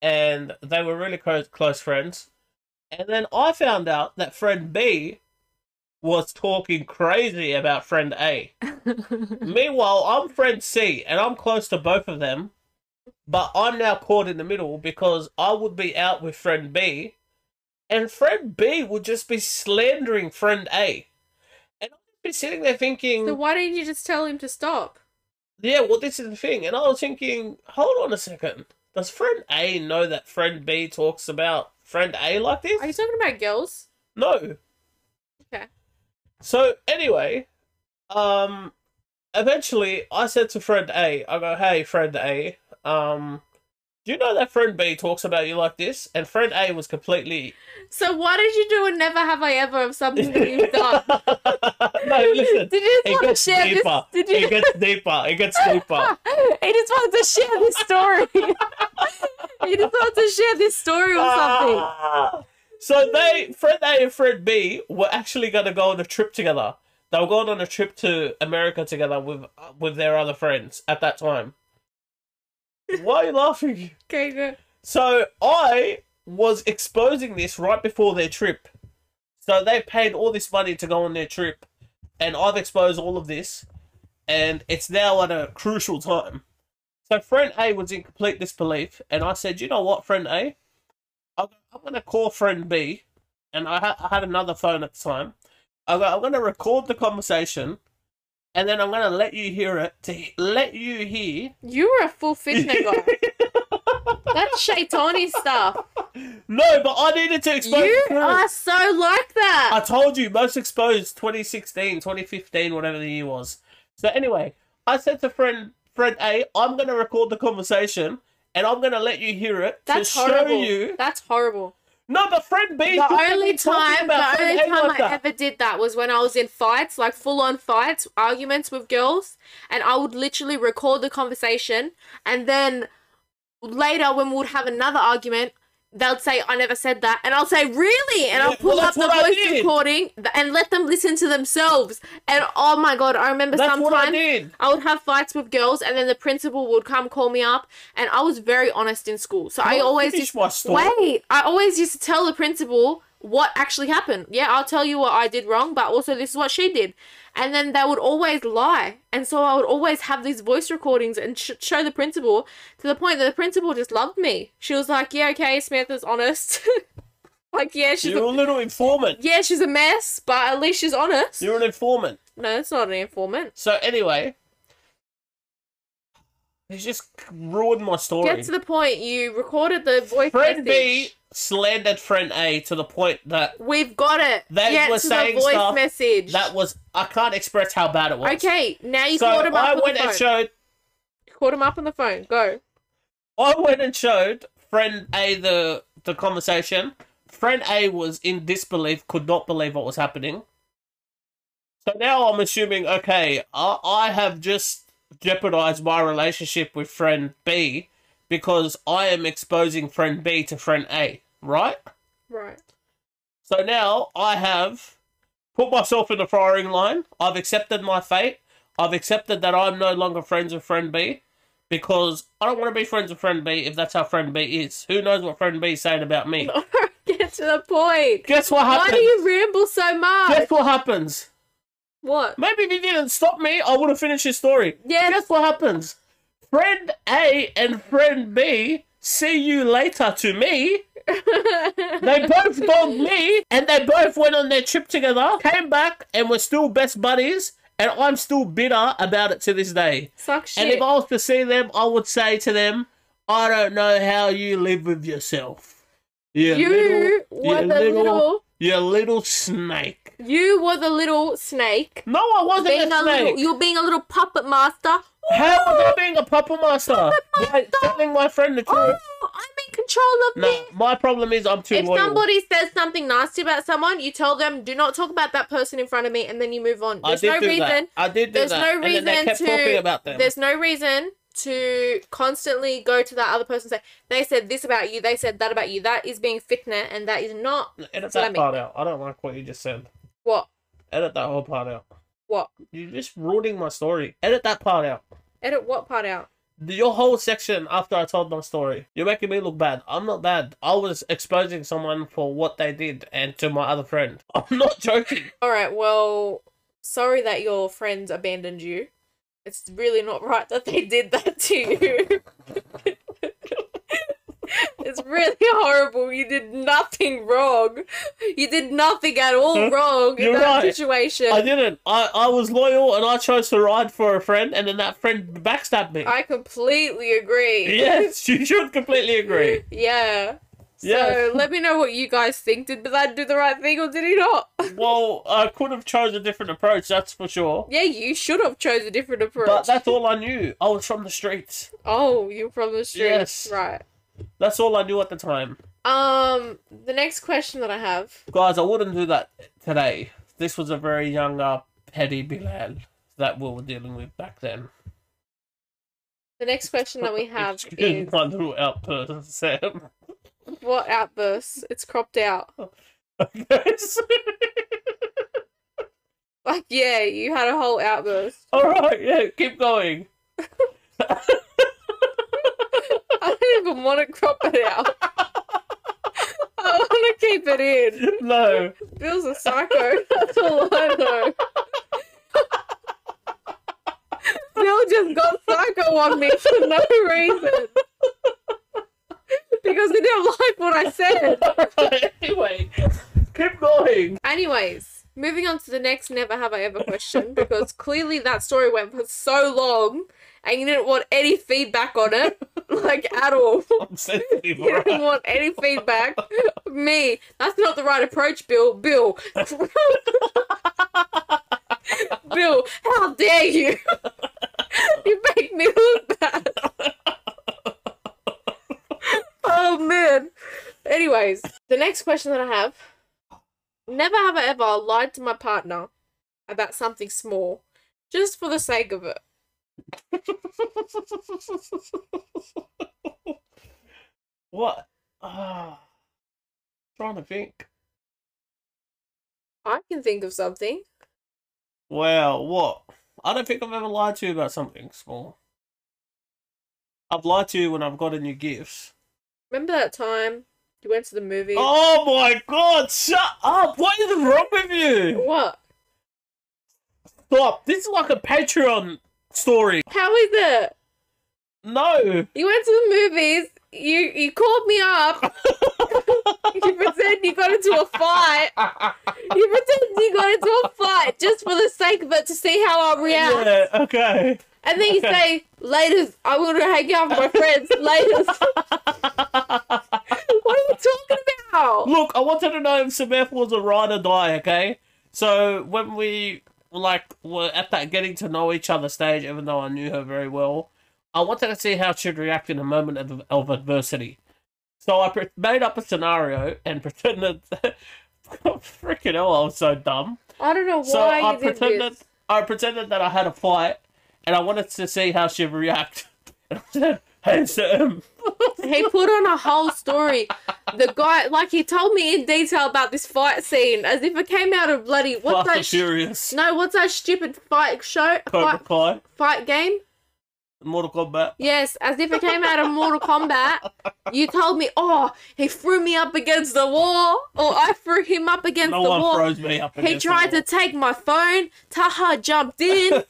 Speaker 1: and they were really close, close friends. And then I found out that friend B was talking crazy about friend A. Meanwhile, I'm friend C, and I'm close to both of them, but I'm now caught in the middle because I would be out with friend B, and friend B would just be slandering friend A. And I'd be sitting there thinking,
Speaker 2: so why didn't you just tell him to stop?
Speaker 1: yeah, well, this is the thing, and I was thinking, hold on a second. Does friend A know that friend B talks about friend A like this?
Speaker 2: Are you talking about girls?
Speaker 1: No.
Speaker 2: Okay.
Speaker 1: So anyway, um, eventually I said to friend A, I go, hey, friend A, um, do you know that friend B talks about you like this? And friend A was completely.
Speaker 2: So why did you do a never have I ever of something that you've done?
Speaker 1: no, listen.
Speaker 2: Did you just
Speaker 1: It
Speaker 2: want to
Speaker 1: gets
Speaker 2: share this?
Speaker 1: deeper.
Speaker 2: Did you
Speaker 1: It gets deeper. It gets deeper.
Speaker 2: he just wanted to share this story. He just wants to share this story or something.
Speaker 1: Ah. So they, Fred A and Fred B, were actually going to go on a trip together. They were going on a trip to America together with with their other friends at that time. Why are you laughing?
Speaker 2: Okay, go.
Speaker 1: So I was exposing this right before their trip. So they paid all this money to go on their trip, and I've exposed all of this, and it's now at a crucial time. So friend A was in complete disbelief, and I said, "You know what, friend A? I'm, I'm gonna call friend B, and I, ha- I had another phone at the time. I go, I'm gonna record the conversation, and then I'm gonna let you hear it to he- let you hear."
Speaker 2: You were a full fitness guy. That's shaitani stuff.
Speaker 1: no, but I needed to expose.
Speaker 2: You
Speaker 1: the truth.
Speaker 2: are so like
Speaker 1: I
Speaker 2: that.
Speaker 1: told you, most exposed 2016, 2015, whatever the year was. So anyway, I said to friend friend A, I'm gonna record the conversation and I'm gonna let you hear it
Speaker 2: That's
Speaker 1: to
Speaker 2: horrible.
Speaker 1: show you.
Speaker 2: That's horrible.
Speaker 1: No, but friend B.
Speaker 2: The
Speaker 1: shouldn't be
Speaker 2: only
Speaker 1: talking
Speaker 2: time,
Speaker 1: about
Speaker 2: the
Speaker 1: friend
Speaker 2: only
Speaker 1: A
Speaker 2: time
Speaker 1: like
Speaker 2: I
Speaker 1: that.
Speaker 2: ever did that was when I was in fights, like full on fights, arguments with girls, and I would literally record the conversation, and then later when we would have another argument, they'd say I never said that, and I'll say really, and
Speaker 1: Yeah,
Speaker 2: I'll pull
Speaker 1: well,
Speaker 2: up
Speaker 1: that's
Speaker 2: the
Speaker 1: what I
Speaker 2: voice
Speaker 1: did.
Speaker 2: recording th- and let them listen to themselves, and oh my god, I remember
Speaker 1: That's
Speaker 2: sometimes.
Speaker 1: what I did.
Speaker 2: I would have fights with girls, and then the principal would come call me up, and I was very honest in school. So
Speaker 1: Can
Speaker 2: I
Speaker 1: I
Speaker 2: always
Speaker 1: finish
Speaker 2: used
Speaker 1: my story?
Speaker 2: wait. I always used to tell the principal what actually happened. Yeah, I'll tell you what I did wrong, but also this is what she did. And then they would always lie, and so I would always have these voice recordings and sh- show the principal to the point that the principal just loved me. She was like, "Yeah, okay, Samantha's honest. like, yeah, she's
Speaker 1: You're a
Speaker 2: a,
Speaker 1: little informant.
Speaker 2: yeah, she's a mess, but at least she's honest.
Speaker 1: You're an informant.
Speaker 2: No, it's not an informant.
Speaker 1: So anyway, he's just ruined my story.
Speaker 2: Get to the point. You recorded the voice
Speaker 1: friend B
Speaker 2: message.
Speaker 1: slandered friend A to the point that
Speaker 2: We've got it.
Speaker 1: They
Speaker 2: Get
Speaker 1: were
Speaker 2: to
Speaker 1: saying
Speaker 2: the voice
Speaker 1: stuff
Speaker 2: message.
Speaker 1: that was I can't express how bad it was.
Speaker 2: okay, now you
Speaker 1: so
Speaker 2: called him up
Speaker 1: I
Speaker 2: on
Speaker 1: went
Speaker 2: the phone.
Speaker 1: and showed
Speaker 2: Called him up on the phone. Go.
Speaker 1: I went and showed friend A the the conversation. Friend A was in disbelief, could not believe what was happening. So now I'm assuming, okay, I, I have just jeopardized my relationship with friend B because I am exposing friend B to friend A, right?
Speaker 2: Right.
Speaker 1: So now I have put myself in the firing line. I've accepted my fate. I've accepted that I'm no longer friends with friend B because I don't want to be friends with friend B if that's how friend B is. Who knows what friend B is saying about me?
Speaker 2: Get to the point.
Speaker 1: Guess what
Speaker 2: Why
Speaker 1: happens?
Speaker 2: do you ramble so much?
Speaker 1: Guess what happens?
Speaker 2: What?
Speaker 1: Maybe if you didn't stop me, I would have finished his story.
Speaker 2: Yeah.
Speaker 1: Guess what happens? Friend A and friend B see you later to me. They both dogged me, and they both went on their trip together, came back, and were still best buddies. And I'm still bitter about it to this day.
Speaker 2: Suck shit.
Speaker 1: And if I was to see them, I would say to them, "I don't know how you live with yourself. You,
Speaker 2: you
Speaker 1: little, you
Speaker 2: were the
Speaker 1: little-
Speaker 2: little,
Speaker 1: you little snake."
Speaker 2: You were the little snake.
Speaker 1: No, I wasn't
Speaker 2: Being
Speaker 1: a
Speaker 2: a
Speaker 1: snake.
Speaker 2: little. You're being a little puppet master.
Speaker 1: How was I being a puppet master? By telling my friend the truth.
Speaker 2: Oh, I'm in control of
Speaker 1: no,
Speaker 2: this.
Speaker 1: my problem is I'm too
Speaker 2: If
Speaker 1: loyal.
Speaker 2: somebody says something nasty about someone, you tell them, "Do not talk about that person in front of me," and then you move on.
Speaker 1: I
Speaker 2: There's
Speaker 1: did
Speaker 2: no
Speaker 1: do
Speaker 2: reason.
Speaker 1: that. I did do
Speaker 2: there's
Speaker 1: that.
Speaker 2: no
Speaker 1: and then they
Speaker 2: reason
Speaker 1: kept
Speaker 2: to-
Speaker 1: talking about them.
Speaker 2: There's no reason to constantly go to that other person and say, "They said this about you. They said that about you." That is being fitna, and that is not
Speaker 1: Edit
Speaker 2: So let
Speaker 1: that
Speaker 2: me-
Speaker 1: part out. I don't like what you just said.
Speaker 2: what
Speaker 1: Edit that whole part out.
Speaker 2: what.
Speaker 1: You're just ruining my story. Edit that part out.
Speaker 2: Edit what part out?
Speaker 1: Your whole section after I told my story. You're making me look bad. I'm not bad. I was exposing someone for what they did and to my other friend. I'm not joking.
Speaker 2: All right. Well, sorry that your friends abandoned you. It's really not right that they did that to you. it's really horrible. You did nothing wrong. You did nothing at all wrong in
Speaker 1: Hmm? You're
Speaker 2: that
Speaker 1: right.
Speaker 2: situation.
Speaker 1: I didn't. I, I was loyal and I chose to ride for a friend and then that friend backstabbed me.
Speaker 2: I completely agree.
Speaker 1: Yes, you should completely agree.
Speaker 2: Yeah. So
Speaker 1: Yeah.
Speaker 2: let me know what you guys think. Did Bazan do the right thing or did he not?
Speaker 1: well, I could have chose a different approach, that's for sure.
Speaker 2: yeah, you should have chose a different approach.
Speaker 1: But that's all I knew. I was from the streets.
Speaker 2: oh, you're from the streets,
Speaker 1: Yes.
Speaker 2: right?
Speaker 1: That's all I knew at the time.
Speaker 2: Um, the next question that I have.
Speaker 1: Guys, I wouldn't do that today. This was a very young, uh, petty Bilal that we were dealing with back then.
Speaker 2: The next question that we have
Speaker 1: It's
Speaker 2: is
Speaker 1: good, my little outburst of Sam.
Speaker 2: what outbursts? It's cropped out.
Speaker 1: Okay, so-
Speaker 2: Like, yeah, you had a whole outburst.
Speaker 1: all right, yeah, keep going.
Speaker 2: I don't even want to crop it out. I want to keep it in.
Speaker 1: No,
Speaker 2: Bill's a psycho. That's all I know. Bill just got psycho on me for no reason. Because he didn't like what I said.
Speaker 1: anyway, keep going.
Speaker 2: Anyways, moving on to the next never have I ever question because clearly that story went for so long and you didn't want any feedback on it, like at all.
Speaker 1: I'm sensitive. all
Speaker 2: You
Speaker 1: right?
Speaker 2: didn't want any feedback. Me, that's not the right approach, Bill. Bill. Bill, how dare you? you make me look bad. oh man. Anyways, the next question that I have Never have I ever lied to my partner about something small just for the sake of it.
Speaker 1: what? Ah, trying to think.
Speaker 2: I can think of something.
Speaker 1: Well, what? I don't think I've ever lied to you about something small. I've lied to you when I've gotten you gifts.
Speaker 2: Remember that time you went to the movie?
Speaker 1: Oh my god, shut up! What is wrong with you?
Speaker 2: What?
Speaker 1: Stop! This is like a Patreon story.
Speaker 2: How is it?
Speaker 1: No!
Speaker 2: You went to the movies. You you called me up. you pretend you got into a fight. You pretend you got into a fight just for the sake of it to see how I react.
Speaker 1: Yeah, okay.
Speaker 2: And then you say, "Laters, I'm gonna hang out with my friends." Laters. what are you talking about?
Speaker 1: Look, I wanted to know if Samantha was a ride or die, okay? So when we like were at that getting to know each other stage, even though I knew her very well, I wanted to see how she'd react in a moment of, of adversity. So I pre- made up a scenario and pretended. Freaking hell, I was so dumb.
Speaker 2: I don't know why
Speaker 1: So I
Speaker 2: you did
Speaker 1: pretended,
Speaker 2: this.
Speaker 1: I pretended that I had a fight, and I wanted to see how she'd react. And I said, "Hey, Sam,
Speaker 2: He put on a whole story. The guy, like, he told me in detail about this fight scene as if it came out of bloody
Speaker 1: Fast
Speaker 2: what's that?
Speaker 1: and
Speaker 2: Sh-
Speaker 1: Furious,
Speaker 2: no, what's that stupid fight show?
Speaker 1: Cobra
Speaker 2: Fight,
Speaker 1: Kai,
Speaker 2: fight game?
Speaker 1: Mortal Kombat."
Speaker 2: Yes, as if it came out of Mortal Kombat. You told me, oh, he threw me up against the wall, or I threw him up against
Speaker 1: No
Speaker 2: the
Speaker 1: one
Speaker 2: wall.
Speaker 1: froze me up.
Speaker 2: He tried to take my phone. Taha jumped in. Bro,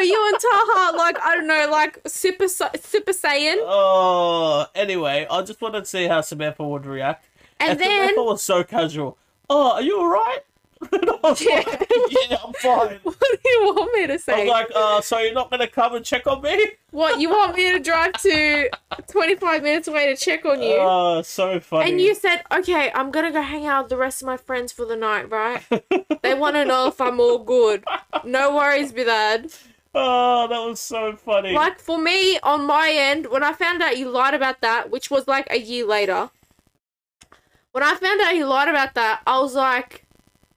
Speaker 2: you and Taha, like, I don't know, like Super, Sa- super Saiyan.
Speaker 1: Oh, anyway, I just wanted to see how Samantha would react.
Speaker 2: And then-
Speaker 1: Samantha was so casual. Oh, are you alright? And I was
Speaker 2: Yeah.
Speaker 1: like, yeah, I'm fine.
Speaker 2: What do you want me to
Speaker 1: I
Speaker 2: say?
Speaker 1: was like, uh, so you're not gonna come and check on me?
Speaker 2: what, you want me to drive to 25 minutes away to check on you?
Speaker 1: Oh, so funny.
Speaker 2: And you said, okay, I'm gonna go hang out with the rest of my friends for the night, right? they wanna know if I'm all good. No worries, Bidad.
Speaker 1: Oh, that was so funny.
Speaker 2: Like for me, on my end, when I found out you lied about that, which was like a year later, when I found out you lied about that, I was like,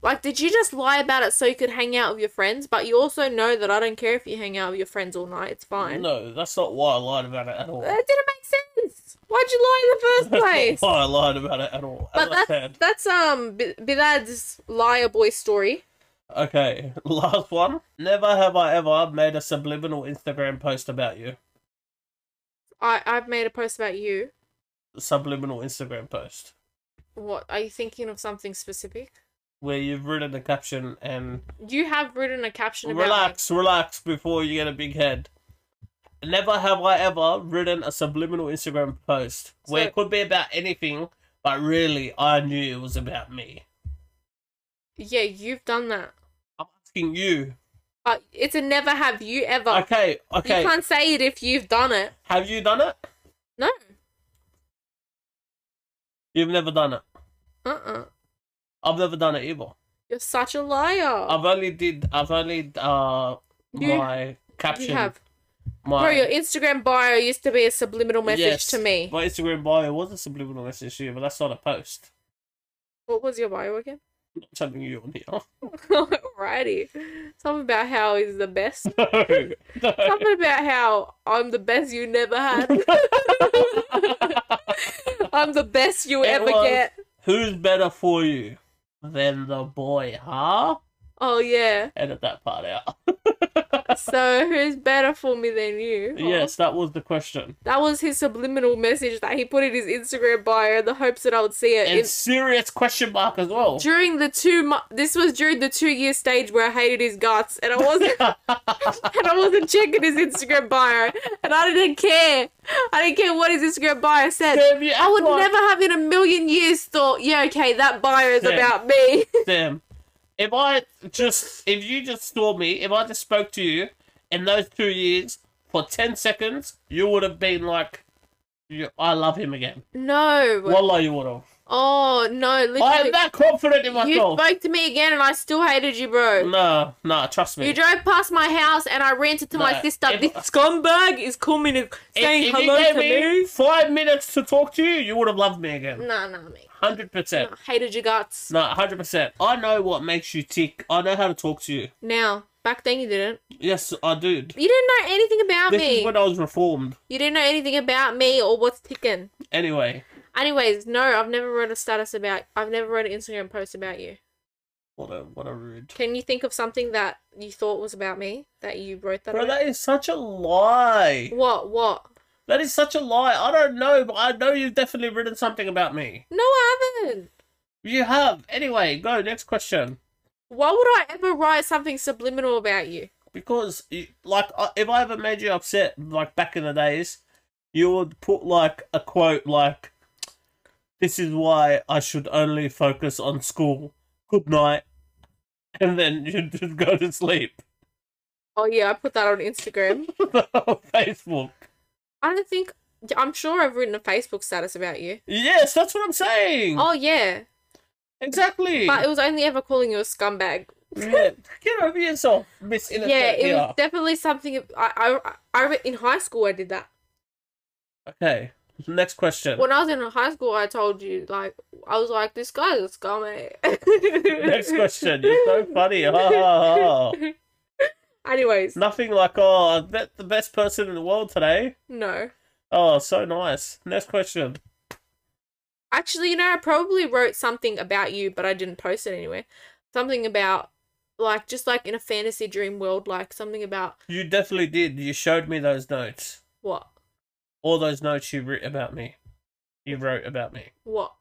Speaker 2: like, did you just lie about it so you could hang out with your friends? But you also know that I don't care if you hang out with your friends all night. It's fine.
Speaker 1: No, that's not why I lied about it at all.
Speaker 2: That didn't make sense. Why'd you lie in
Speaker 1: That's
Speaker 2: the first
Speaker 1: not
Speaker 2: place?
Speaker 1: why I lied about it at all.
Speaker 2: But
Speaker 1: As I
Speaker 2: that's
Speaker 1: said.
Speaker 2: that's um B- Bidad's liar boy story.
Speaker 1: Okay, last one. Never have I ever made a subliminal Instagram post about you.
Speaker 2: I I've made a post about you.
Speaker 1: Subliminal Instagram post.
Speaker 2: What are you thinking of something specific?
Speaker 1: where you've written a caption and
Speaker 2: You have written a caption about
Speaker 1: relax, relax before you get a big head. Never have I ever written a subliminal Instagram post where
Speaker 2: So-
Speaker 1: it could be about anything, but really I knew it was about me.
Speaker 2: me. Yeah, you've done that.
Speaker 1: I'm asking you.
Speaker 2: Uh, it's a never have you ever.
Speaker 1: Okay, okay.
Speaker 2: You can't say it if you've done it.
Speaker 1: Have you done it?
Speaker 2: No.
Speaker 1: You've never done it.
Speaker 2: Uh uh-uh. uh.
Speaker 1: I've never done it either.
Speaker 2: you are such a liar.
Speaker 1: I've only did. I've only uh
Speaker 2: You-
Speaker 1: my caption.
Speaker 2: you have.
Speaker 1: My
Speaker 2: Bro, your Instagram bio used to be a subliminal message
Speaker 1: Yes,
Speaker 2: to me.
Speaker 1: My Instagram bio was a subliminal message to you, but that's not a post.
Speaker 2: What was your bio again?
Speaker 1: not telling you on here.
Speaker 2: Alrighty. Something about how is the best.
Speaker 1: No, no.
Speaker 2: Something about how I'm the best you never had. I'm the best you
Speaker 1: It
Speaker 2: ever
Speaker 1: was-
Speaker 2: get.
Speaker 1: Who's better for you than the boy, huh?
Speaker 2: Oh yeah.
Speaker 1: Edit that part out.
Speaker 2: So who's better for me than you? Oh.
Speaker 1: Yes, that was the question.
Speaker 2: That was his subliminal message that he put in his Instagram bio in the hopes that I would see it.
Speaker 1: And
Speaker 2: It's
Speaker 1: serious question mark as well.
Speaker 2: during the two mu- this was during the two year stage where I hated his guts and I wasn't and I wasn't checking his Instagram bio and I didn't care. I didn't care what his Instagram bio said.
Speaker 1: Damn, you
Speaker 2: I
Speaker 1: act
Speaker 2: would
Speaker 1: like-
Speaker 2: never have in a million years thought, yeah, okay, that bio is
Speaker 1: Yeah.
Speaker 2: about me.
Speaker 1: Damn. If I just, if you just saw me, if I just spoke to you in those two years for 10 seconds, you would have been like, you, I love him again.
Speaker 2: no.
Speaker 1: Wallah, you would have.
Speaker 2: Oh no,
Speaker 1: I am
Speaker 2: literally.
Speaker 1: that confident in
Speaker 2: You
Speaker 1: myself.
Speaker 2: spoke to me again and I still hated you, bro.
Speaker 1: No, no, trust me.
Speaker 2: You drove past my house and I ranted to my
Speaker 1: No,
Speaker 2: sister.
Speaker 1: if-
Speaker 2: this scumbag is coming and
Speaker 1: If-
Speaker 2: saying
Speaker 1: if you
Speaker 2: hello
Speaker 1: gave
Speaker 2: to me.
Speaker 1: me five minutes to talk to you, you would have loved me again.
Speaker 2: No, no, mate.
Speaker 1: 100%.
Speaker 2: I hated your guts.
Speaker 1: No, 100%. I know what makes you tick. I know how to talk to you.
Speaker 2: Now, back then you didn't.
Speaker 1: Yes, I do.
Speaker 2: You didn't know anything about
Speaker 1: This
Speaker 2: me.
Speaker 1: is when I was reformed.
Speaker 2: You didn't know anything about me or what's ticking.
Speaker 1: Anyway,
Speaker 2: Anyways, no, I've never wrote a status about. I've never wrote an Instagram post about you.
Speaker 1: what a what a rude.
Speaker 2: Can you think of something that you thought was about me that you wrote that?
Speaker 1: Bro,
Speaker 2: about?
Speaker 1: that is such a lie.
Speaker 2: What? What?
Speaker 1: That is such a lie. I don't know, but I know you've definitely written something about me.
Speaker 2: No, I haven't.
Speaker 1: You have. Anyway, go next question.
Speaker 2: Why would I ever write something subliminal about you?
Speaker 1: Because you- like I- if I ever made you upset, like back in the days, you would put like a quote like, "This is why I should only focus on school. Good night," and then you'd just go to sleep
Speaker 2: Oh yeah, I put that on Instagram.
Speaker 1: on Facebook.
Speaker 2: I don't think. I'm sure I've written a Facebook status about you.
Speaker 1: Yes, that's what I'm saying.
Speaker 2: Oh yeah,
Speaker 1: exactly.
Speaker 2: but it was only ever calling you a scumbag.
Speaker 1: yeah, get over yourself, Miss Innocent.
Speaker 2: yeah, it
Speaker 1: here.
Speaker 2: was definitely something. I, I, I re- in high school I did that.
Speaker 1: Okay, next question.
Speaker 2: When I was in high school, I told you like I was like this guy's a scumbag.
Speaker 1: next question. You're so funny. Ha, ha, ha.
Speaker 2: Anyways,
Speaker 1: Nothing like, oh, I bet the best person in the world today.
Speaker 2: no.
Speaker 1: Oh, so nice. Next question.
Speaker 2: Actually, you know, I probably wrote something about you, but I didn't post it anywhere. Something about like just like in a fantasy dream world, like something about
Speaker 1: You definitely did. You showed me those notes.
Speaker 2: what
Speaker 1: All those notes you wrote about me. You wrote about me.
Speaker 2: what.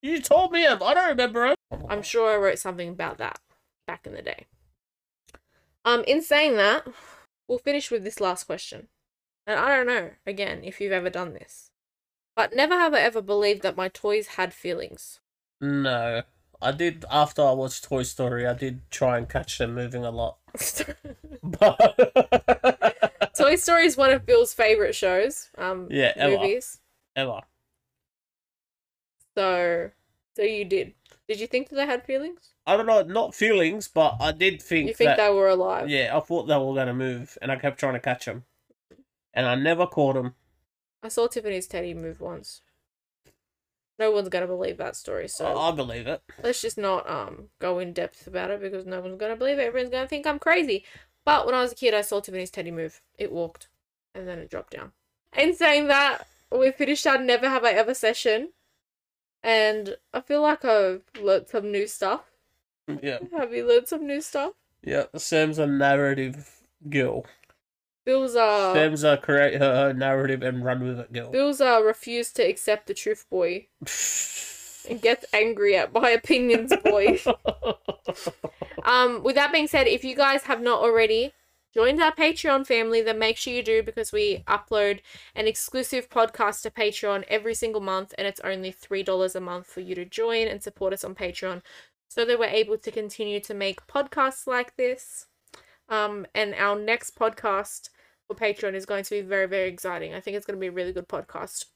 Speaker 1: You told me 'em. I don't remember 'em.
Speaker 2: I'm sure I wrote something about that back in the day. Um, in saying that, we'll finish with this last question. And I don't know, again, if you've ever done this. But never have I ever believed that my toys had feelings.
Speaker 1: No. I did, after I watched Toy Story, I did try and catch them moving a lot. But.
Speaker 2: Toy Story is one of Bill's favorite shows. Um,
Speaker 1: Yeah, ever.
Speaker 2: movies.
Speaker 1: Ever.
Speaker 2: So, so you did. Did you think that they had feelings?
Speaker 1: I don't know, not feelings, but I did think,
Speaker 2: You think
Speaker 1: that,
Speaker 2: they were alive?
Speaker 1: Yeah, I thought they were going to move, and I kept trying to catch them, and I never caught them.
Speaker 2: I saw Tiffany's teddy move once. No one's gonna believe that story. So
Speaker 1: I believe it.
Speaker 2: let's just not um go in depth about it because no one's gonna believe it. Everyone's gonna think I'm crazy. But when I was a kid, I saw Tiffany's teddy move. It walked, and then it dropped down. In saying that, we finished our never have I ever session, and I feel like I've learnt some new stuff.
Speaker 1: Yeah,
Speaker 2: Have you learnt some new stuff?
Speaker 1: yeah. Sam's a narrative girl.
Speaker 2: Bill's uh
Speaker 1: Sam's a create her own narrative and run with it girl.
Speaker 2: Bill's uh refused to accept the truth, boy, and gets angry at my opinions, boy. Um, with that being said, if you guys have not already joined our Patreon family, then make sure you do because we upload an exclusive podcast to Patreon every single month, and it's only $3 a month for you to join and support us on Patreon so that we're able to continue to make podcasts like this. Um, and our next podcast for Patreon is going to be very, very exciting. I think it's going to be a really good podcast.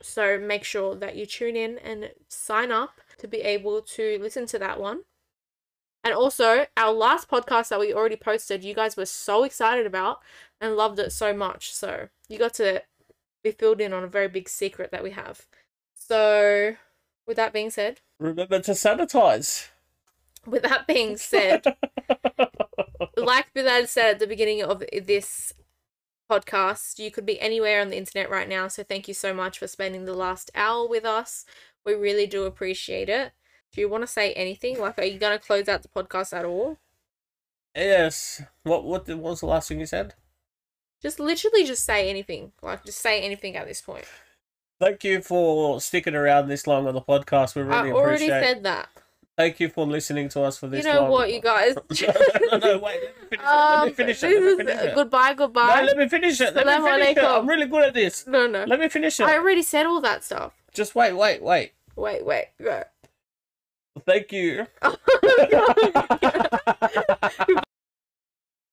Speaker 2: So make sure that you tune in and sign up to be able to listen to that one. And also, our last podcast that we already posted, you guys were so excited about and loved it so much. So, you got to be filled in on a very big secret that we have. So, With that being said,
Speaker 1: Remember to sanitize.
Speaker 2: with that being said, like Bilal said at the beginning of this podcast, you could be anywhere on the internet right now. So thank you so much for spending the last hour with us. We really do appreciate it. Do you want to say anything? Like, are you going to close out the podcast at all?
Speaker 1: yes. What, what what was the last thing you said?
Speaker 2: Just literally just say anything. Like, just say anything at this point.
Speaker 1: Thank you for sticking around this long on the podcast. We really
Speaker 2: I already
Speaker 1: appreciate.
Speaker 2: said that.
Speaker 1: Thank you for listening to us for this.
Speaker 2: you know
Speaker 1: long.
Speaker 2: what, you guys?
Speaker 1: no, no, no, wait. Let
Speaker 2: um,
Speaker 1: me finish
Speaker 2: this
Speaker 1: it. Let me finish it. Let
Speaker 2: is
Speaker 1: me finish it.
Speaker 2: goodbye,
Speaker 1: No,
Speaker 2: goodbye.
Speaker 1: let me finish it. Let me
Speaker 2: Salaam
Speaker 1: finish it.
Speaker 2: alaikum.
Speaker 1: I'm really good at this.
Speaker 2: No, no.
Speaker 1: Let me finish
Speaker 2: I
Speaker 1: it.
Speaker 2: already said all that stuff.
Speaker 1: Just wait, wait, wait.
Speaker 2: Wait, wait, go.
Speaker 1: Thank you.